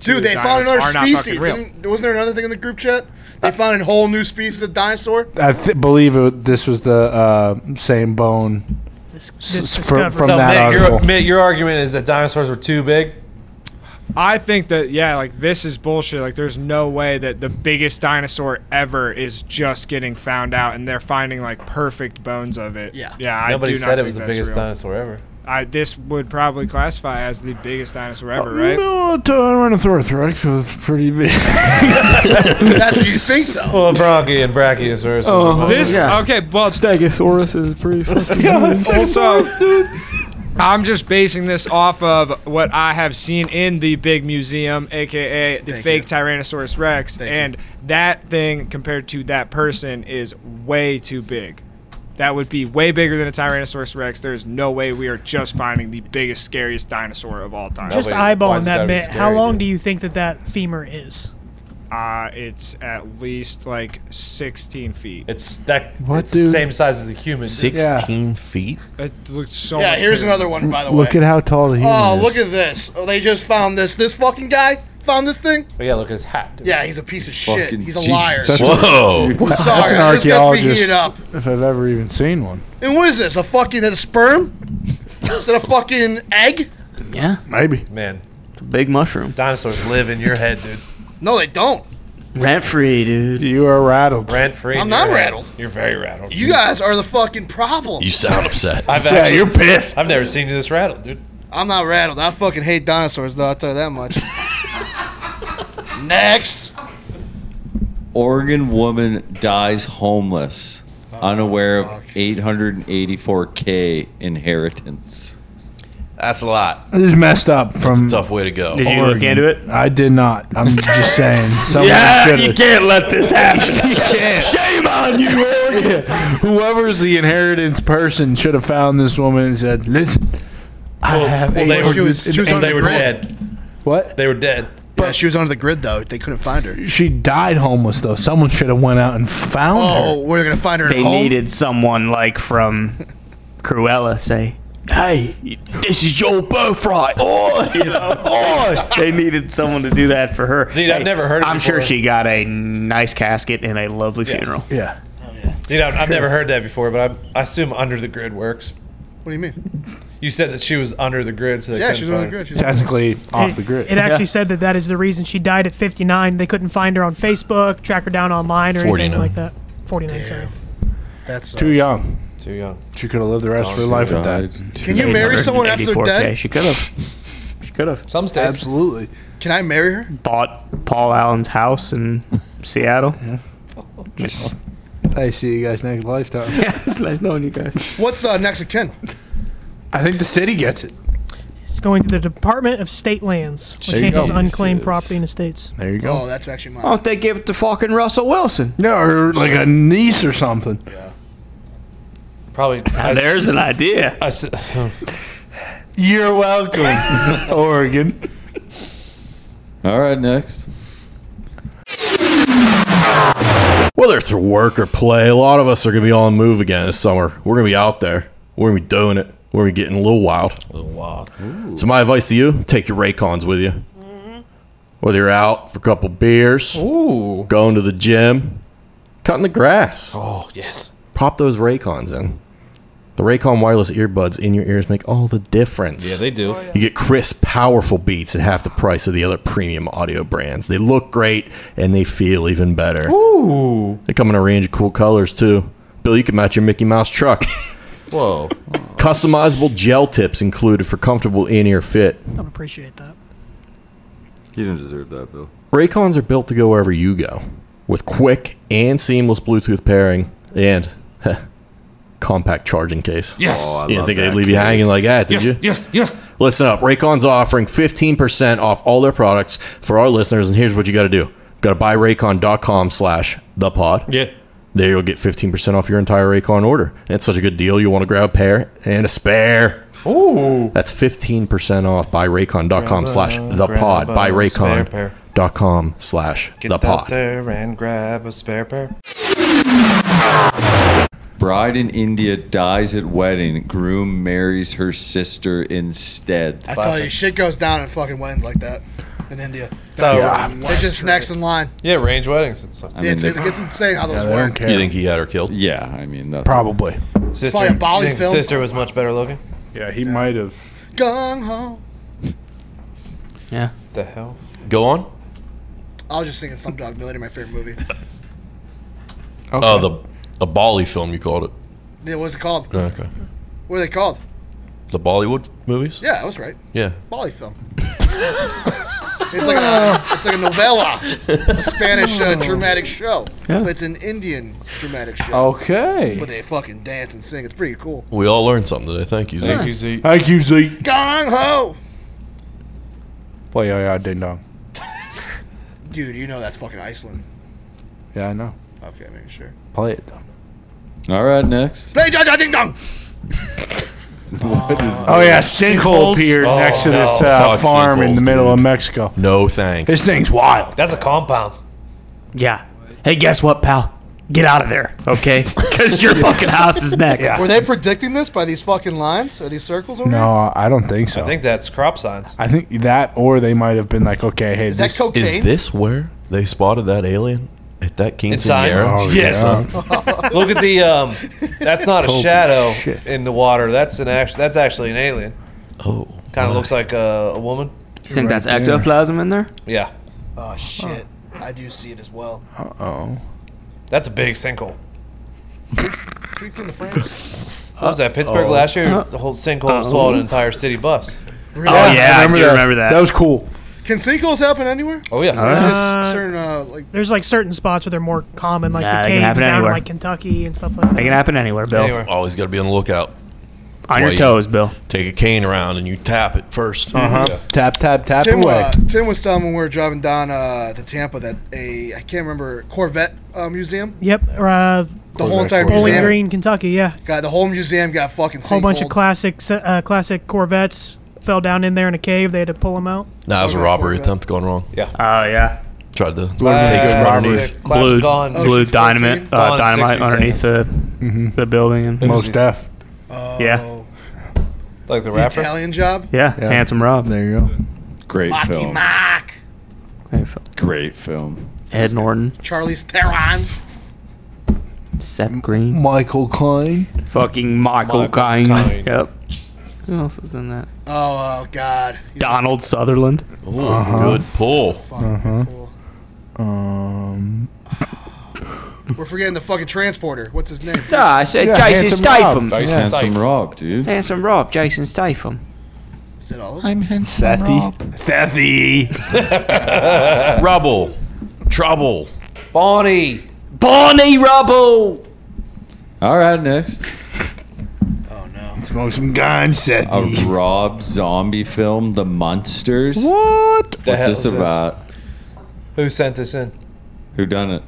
to Dude, they found dinos another are not fucking species. real. Didn't- Wasn't there another thing in the group chat? Uh, They found a whole new species of dinosaur. I th- believe it, this was the uh, same bone this, S- this from- discovery. from so, that Mick, your, article. Mick, your argument is that dinosaurs were too big. I think that yeah, like this is bullshit. Like there's no way that the biggest dinosaur ever is just getting found out, and they're finding like perfect bones of it. Yeah, yeah. I Nobody do said not it think was the that's biggest real. dinosaur ever. I, this would probably classify as the biggest dinosaur ever, right? No, Tyrannosaurus was pretty big. That's what you think, though. Uh-huh. Well, Bronchi and Brachiosaurus. Oh, This okay, well, Stegosaurus is pretty. also, I'm just basing this off of what I have seen in the big museum, aka the fake Tyrannosaurus Rex, and that thing compared to that person is way too big. That would be way bigger than a Tyrannosaurus Rex. There's no way we are just finding the biggest, scariest dinosaur of all time. Just eyeballing that bit. How long do you think that that femur is? Uh, it's at least like 16 feet. It's that. What, it's the dude? same size as the human. Sixteen feet. It looks so. Yeah, much here's bigger. another one, by the Look way. at how tall the human Oh, is. look at this. Oh, they just found this. This fucking guy found this thing? But yeah, look at his hat. Yeah, he's a piece of shit. Fucking He's a Jesus. liar. That's- Whoa. Dude, that's Sorry, an this gets me archaeologist heated up. if I've ever even seen one. And what is this? A fucking is that a sperm? is that a fucking egg? Yeah. Maybe. Man. It's a big mushroom. Dinosaurs live in your head, dude. No, they don't. Rent free, dude. You are rattled. Rent free. I'm not rattled. You're very rattled. You guys are the fucking problem. You sound upset. I've Yeah, actually- you're pissed. I've never seen you this rattled, dude. I'm not rattled. I fucking hate dinosaurs, though. I'll tell you that much. Next. Oregon woman dies homeless, unaware of 884k inheritance. That's a lot. This is messed up from. Tough way to go. Oregon. I did not. I'm just saying. someone yeah, should've- you can't let this happen. you can't. Shame on you, Oregon. Whoever's the inheritance person should have found this woman and said, "Listen, I have." well, they- eight she was- hundred she was and on the eight- They were Right. dead. What? They were dead. But she was under the grid, though. They couldn't find her. She died homeless though. Someone should have went out and found Oh, we're going to find her at They home? needed someone like from Cruella, say. Hey, this is your birthright. Oh, you know, oh. They needed someone to do that for her. See, I've never heard of I'm it sure before. she got a nice casket and a lovely Yes. funeral. her. Yeah. Oh, Dude, I've, I've Sure. never heard that before, but I'm, I assume under the grid works. What do you mean? You said that she was under the grid, so they Yeah, couldn't she was under find the her. grid. She was- Technically off it, the grid. It actually said that that is the reason she died at 59. They couldn't find her on Facebook, track her down online, or anything 49. like that. 49, sorry. That's too young. Too young. She could have lived the rest of her Honestly, life Oh, with God. that. Can you marry someone after they're dead? She could have. She could have. Some states. Absolutely. Can I marry her? Bought Paul Allen's house in Seattle. Just- I see you guys next lifetime. it's nice knowing you guys. What's uh, next of kin? I think the city gets it. It's going to the Department of State There Lands, which you handles go. unclaimed Jesus. property in the states. There you Oh, go. that's actually mine. Why don't they give it to fucking Russell Wilson? Yeah, or like a niece or something. Probably. there's an idea. I s- You're welcome, Oregon. All right, next. Whether it's for work or play, a lot of us are going to be on the move again this summer. We're going to be out there. We're going to be doing it. We're going to be getting a little wild. A little wild. So my advice to you, take your Raycons with you. Mm-hmm. Whether you're out for a couple beers, going to the gym, cutting the grass. Oh, yes. Pop those Raycons in. The Raycon wireless earbuds in your ears make all the difference. Yeah, they do. Oh, yeah. You get crisp, powerful beats at half the price of the other premium audio brands. They look great and they feel even better. Ooh. They come in a range of cool colors too. Bill, you can match your Mickey Mouse truck. Whoa. Customizable gel tips included for comfortable in-ear fit. I would appreciate that. You didn't deserve that, Bill. Raycons are built to go wherever you go, with quick and seamless Bluetooth pairing and heh, compact charging case. Yes. Oh, I you didn't love think they'd that leave you hanging case. like that, did Yes, you? yes, yes. Listen up. Raycon's offering 15% off all their products for our listeners, and here's what you got to do. Got to buy raycon.com slash the pod. Yeah. There you'll get 15% off your entire Raycon order. And it's such a good deal, you want to grab a pair and a spare. Ooh. That's 15% off by Grab raycon.com a- slash the pod. grab By a spare pair. raycon.com slash Get the out pod. there and grab a spare pair. Bride in India dies at wedding. Groom marries her sister instead. I tell you, shit goes down in fucking weddings like that in India. So- They're just next in line. Yeah, range weddings. It's, I mean, it's, they- it's insane how those work. think he had her killed? Yeah, I mean, that's Probably. Sister, probably a Bolly you think film. Sister was much better looking. Yeah, he might have. Gung ho. Yeah. The hell. Go on. I was just thinking Slumdog Millionaire, my favorite movie. Oh, the a Bali film you called it. Yeah, what was it called? Okay. What are they called? The Bollywood movies. Yeah, I was right. Yeah. Bolly film. it's like a it's like a novella, a Spanish uh, dramatic show. Oh. Yeah. But it's an Indian dramatic show. Okay. But they fucking dance and sing. It's pretty cool. We all learned something today. Thank you, Zeke. Thank you, Zeke. Thank you, Zeke. Gong ho, Play oh, yeah, yeah, ding dong. dude. You know that's fucking Iceland. Yeah, I know. Okay, making sure. Play it though. All right, next. Play ja ja ding dong. Oh yeah, sinkhole appeared Oh, next to this no. uh, Fuck farm in the sinkholes, middle of Mexico. No thanks. This thing's wild. That's a compound. Yeah. Hey, guess what, pal? Get out of there, Oh. okay? Because your fucking house is next. Were they predicting this by these fucking lines or these circles? Over here? No, I don't think so. I think that's crop science. I think that, or they might have been like, okay, hey, Is that this cocaine? Is this where they spotted that alien at that In quinceanera? science. Oh, Oh, yes. Look at the. Um, that's not a Holy shadow shit. in the water. That's an act. That's actually an alien. Oh. Kind of looks like a, a woman. You think that's ectoplasm in there? Yeah. Oh shit! I do see it as well. Uh oh. That's a big sinkhole. Freaking the France. What was that? Pittsburgh Uh-oh. Uh-huh. last year, the whole sinkhole Uh-oh. swallowed an entire city bus. Really? Oh, yeah, I remember I do that. remember that. That was cool. Can sinkholes happen anywhere? Oh yeah. Or just Uh, certain, uh, like, There's like certain spots where they're more common, like the Nah, they can caves happen down anywhere. in like Kentucky and stuff like that. It can happen anywhere, Bill. Anywhere. Always got to be on the lookout. On your Why you toes, Bill. Take a cane around and you tap it 1st Uh-huh. Tap, tap, tap Tim, away. uh, Tim was telling me when we were driving down uh, to Tampa that a I can't remember Corvette uh, museum. Yep. Or, uh, The whole entire Bowling museum. Green, Kentucky. Yeah. Got the whole museum got fucking A whole bunch of sinkhole. classic, uh, classic Corvettes fell down in there in a cave. They had to pull them out. Nah, it was a robbery attempt gone wrong. Yeah. Oh, yeah. Tried to Classic- take it classic- underneath. Blue, Oh, blue dynamite, uh, Gone dynamite 60 underneath the, Mm-hmm. the building. And Most deaf. Yeah. Like the The Italian job. Yeah, Handsome Rob. There you go. Great Marky film. Mark, Great film. Great film. Ed Norton. Charlie's Theron. Seth Green. Michael Klein. Fucking Michael, Michael Caine. Caine. Yep. Who else is in that? Oh, oh God. Donald Sutherland. Good pull. Uh-huh. Um, We're forgetting the fucking transporter. What's his name? Ah, I said Jason Statham. Handsome Rob, dude. Handsome Rob, Jason Statham. Is it all? I'm handsome Rob. Sethy. Rubble. Trouble. Bonnie. Bonnie Rubble. All right, next. Smoke some ganja, Seth. A Rob zombie film, The Monsters. What? The What's hell this is this? about? Who sent this in? Who done it?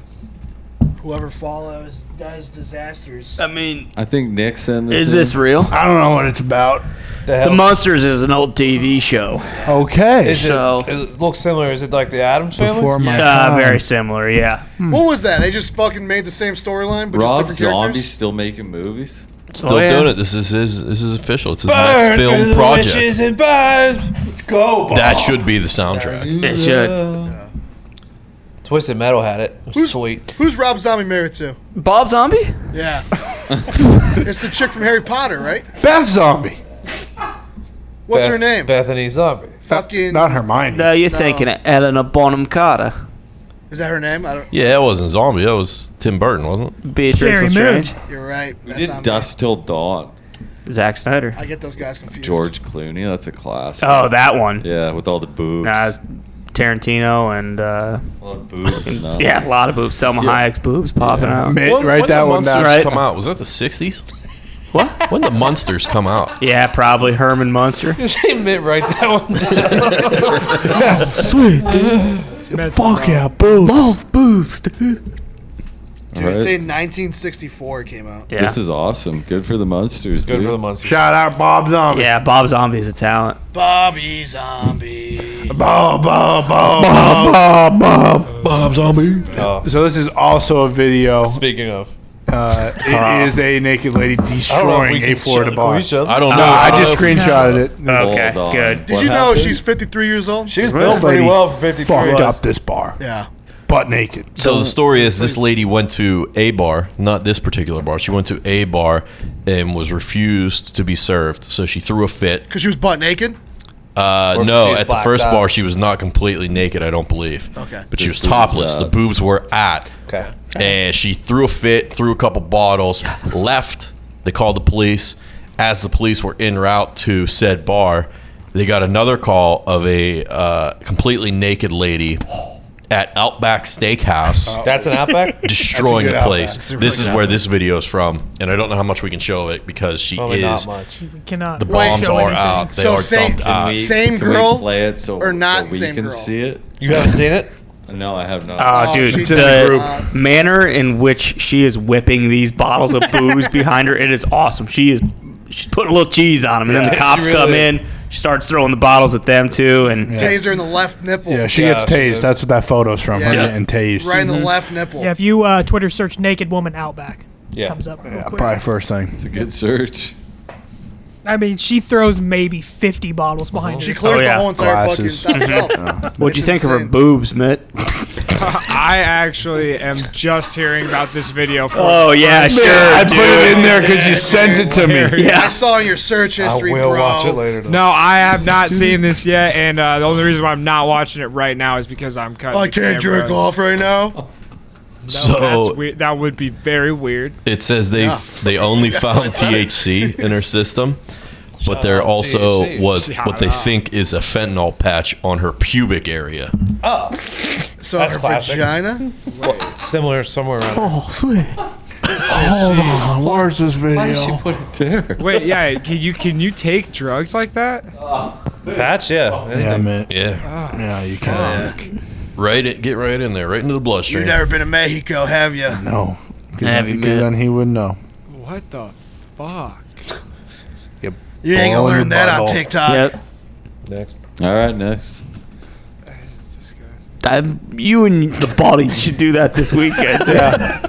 Whoever follows does disasters. I mean, I think Nick sent this. Is in. this real? I don't know what it's about. The Monsters is an old TV show. Okay. Is it, it looks similar. Is it like the Adams family? Before my Uh, time. very similar, yeah. Hmm. What was that? They just fucking made the same storyline, but Rob just different Zombie characters. still making movies? Still doing it. This is his. This is official. It's his Burn next through film the project. witches and burn. Let's go. Bob. That should be the soundtrack. It should. Twisted Metal had it. It was Who's- sweet. Who's Rob Zombie married to? Bob Zombie? Yeah. it's the chick from Harry Potter, right? Beth Zombie. What's Beth- her name? Bethany Zombie. Fucking. Not Hermione. No, you're No. thinking of Eleanor Bonham Carter. Is that her name? I don't. Yeah, that wasn't zombie. That was Tim Burton, wasn't it? Beatrix Sherry Lestrange. You're right. We That's did on me. Dust Till Dawn. Zack Snyder. I get those guys confused. George Clooney. That's a class. Oh, that one. Yeah, with all the boobs. Nah, it's Tarantino and, uh, a lot of boobs in that. yeah, a lot of boobs. Selma Yeah. Hayek's boobs popping out. Mid, When- right when that the one down. Monsters Right. come out. Was that the '60s? What? When did the Monsters come out? Yeah, probably Herman Munster. admit right that one. Sweet, dude. Fuck yeah, boobs. Love boobs, dude. Dude, All right. it's in 1964 it came out. Yeah. This is awesome. Good for the monsters. Good dude. for the monster. Shout out Bob Zombie. Yeah, Bob Zombie's a talent. Bobby Zombie. Bob, Bob, Bob, Bob, Bob, Bob, Bob Zombie. Oh. So this is also a video. Speaking of, Uh, it is a naked lady destroying a Florida bar. I don't No, know. I don't just know if we- screenshotted it. Okay, Hold on. good. Did What you know Oh, happened? she's 53 years old? she's built This pretty lady well for 53. fucked was. up this bar, Yeah. butt naked. So the story is this lady went to a bar, not this particular bar. She went to a bar and was refused to be served. So she threw a fit. Because she was butt naked. Uh, Or she no, was at the blacked first out. bar she was not completely naked, I don't believe. Okay. But she The was boobs topless. out. The boobs were out. uh, Okay. And she threw a fit, threw a couple bottles, left. They called the police. As the police were en route to said bar, they got another call of a uh, completely naked lady at Outback Steakhouse. That's an Outback? destroying That's a the good place. Outback. This That's a really is good where Outback. this video is from, and I don't know how much we can show of it because she Probably not is. much. We cannot. The bombs are out. They So are same- dumped out. same Can we girl play it so or not so we same can girl? see it. You haven't seen it? No, I have not. Oh, dude, the, manner in which she is whipping these bottles of booze behind her, it is awesome. She is she's putting a little cheese on them, and Yeah, then the she cops really come is. in. She starts throwing the bottles at them too, and Taser in the left nipple. Yeah, she gets tased. That's what that photo's from. Her Yeah. getting tased. Right Mm-hmm. in the left nipple. Yeah, if you uh, Twitter search "naked woman outback," Yeah. comes up. real Yeah, quick. probably first thing. It's a good search. I mean, she throws maybe fifty bottles Uh-huh. behind her. She Oh, clears the whole entire Glasses. fucking top shelf. What'd you think of her boobs, Mitt? I actually am just hearing about this video. For Oh, yeah, Man, sure, I put it in there because you sent it to me. I saw your search history, bro. No, I have not seen this yet, and uh, the only reason why I'm not watching it right now is because I'm cutting. I the can't jerk cameras. off right now. No, So- that's weird. that would be very weird. It says they Yeah. they only Yeah, found that's right. THC in her system, but there also THC. was Shout what they out. think is a fentanyl patch on her pubic area. Oh. So That's her classic. vagina? Similar, somewhere around. Oh, there. sweet. Hold on. Where's this video? did she put it there? Wait, yeah, can you can you take drugs like that? Patch, yeah. Yeah, man. Yeah. Yeah, you can. Right, in, get right in there, right into the bloodstream. You've never been to Mexico, have you? No. Because Have then, you 'cause met- then he would know. What the fuck? You ain't gonna Ball in learn your that on butthole. TikTok. Next. All right, next. you and the body should do that this weekend. yeah.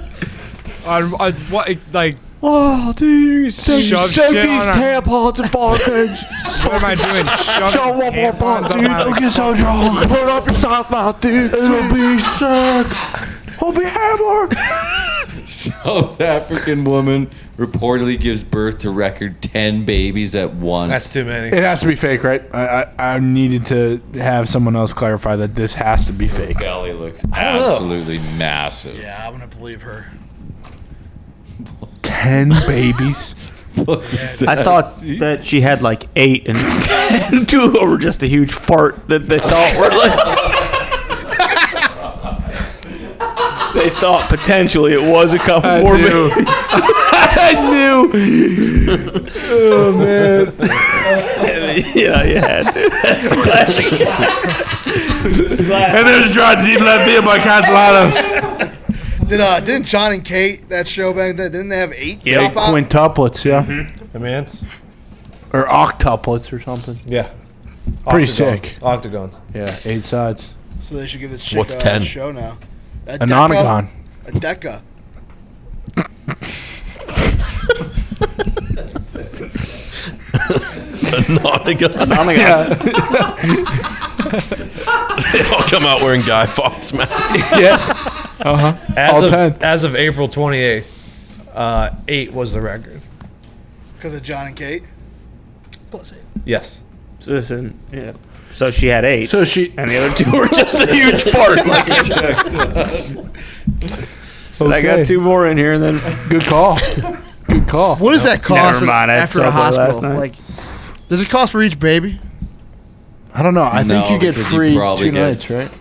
On, on what like? Oh, dude, Shove shove, shit shove on these our- tampons and barcodes. What am I doing? Shove Shove one more ball, tampons on dude. my- Don't get so drunk. Put it up your south mouth, dude. It'll be sick. I'll be hammered. South African woman reportedly gives birth to record 10 babies at once. That's too many. It has to be fake, right? I, I, I needed to have someone else clarify that this has to be fake. Belly looks don't know. absolutely massive. Yeah, I'm gonna believe her. Ten babies. I thought that she had like eight, and two were just a huge fart that they thought were like. they thought potentially it was a couple more knew. babies. I knew. Oh, man. yeah, you had to. and there's John Deep Left Field by Castellanos. Did uh didn't John and Kate that show back then didn't they have eight Yeah, drop out? quintuplets, yeah. The man's? Or octuplets or something. Yeah. Pretty Octagons. sick. Octagons. Yeah, eight sides. So they should give this chick What's a 10? show now. An onagon. A deca. Nonagon. they all come out wearing Guy Fawkes masks. Uh huh. As All of, 10. As of April 28th, uh, eight was the record. Because of John and Kate. Plus eight. Yes. So this isn't. Yeah. So she had eight. So she and the other two were just a huge fart. Like it's So I got two more in here, and then good call. Good call. What does that cost Never mind, I had after a Subway last hospital? night. Like, does it cost for each baby? I don't know. Oh, I think No, you get because free probably two get- nights, right?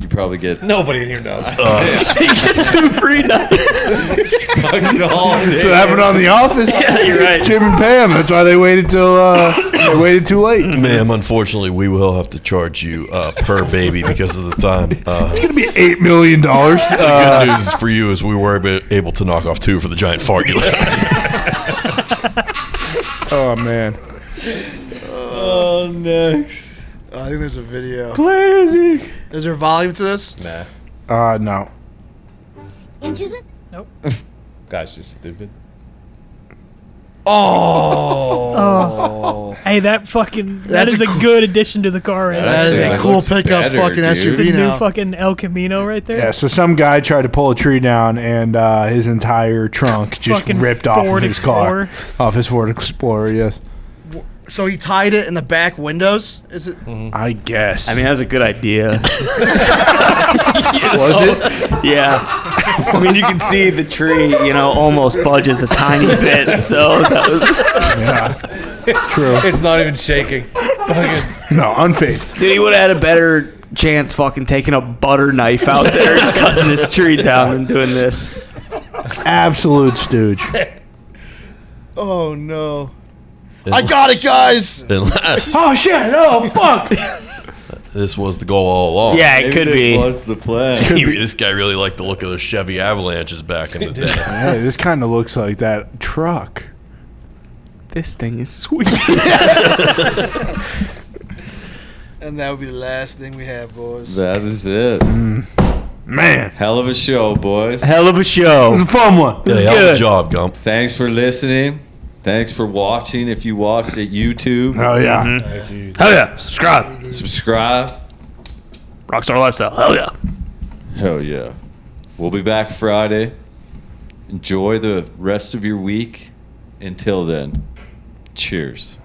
You probably get Uh, Nobody in here knows. two free nights. fucking all day. That's what happened on The Office. Yeah, you're right. Jim and Pam. That's why they waited till uh, they waited too late. Ma'am, unfortunately, we will have to charge you uh, per baby because of the time. Uh, it's gonna be eight million dollars. Uh, the good news for you is we were ab- able to knock off two for the giant fart you left. Oh man. Oh, next. Oh, I think there's a video. Classic. Is there volume to this? Nah. Uh, no. Into the. Guys, just stupid. Oh. Oh. Hey, that fucking That's That's a a good addition to the car right That there. is a cool pickup fucking It's a SUV new now. fucking El Camino right there. Yeah, so some guy tried to pull a tree down, and uh, his entire trunk just Fucking ripped off Ford of his Explorer. car, off his Ford Explorer. Yes, So he tied it in the back windows. Is it? I guess. Mm-hmm. I mean, that was a good idea. was it? Yeah. I mean, you can see the tree, you know, almost budges a tiny bit. So that was. True. It's not even shaking. No, unfazed. Dude, he would have had a better chance fucking taking a butter knife out there and cutting this tree down than doing this. Absolute stooge. Oh no! I got it, guys. Unless Oh shit! Oh fuck! this was the goal all along. Yeah, it Maybe could this be. was the plan. this guy really liked the look of those Chevy Avalanches back in the day. Hey, this kind of looks like that truck. This thing is sweet. and that would be the last thing we have, boys. That is it. Man. Hell of a show, boys. Hell of a show. It was a fun one. It was Yeah, hell of a good. job, Gump. Thanks for listening. Thanks for watching. If you watched at YouTube. Oh, yeah. Mm-hmm. Mhm. Hell yeah. Subscribe. Subscribe. Rockstar Lifestyle. Hell yeah. Hell yeah. We'll be back Friday. Enjoy the rest of your week. Until then, cheers.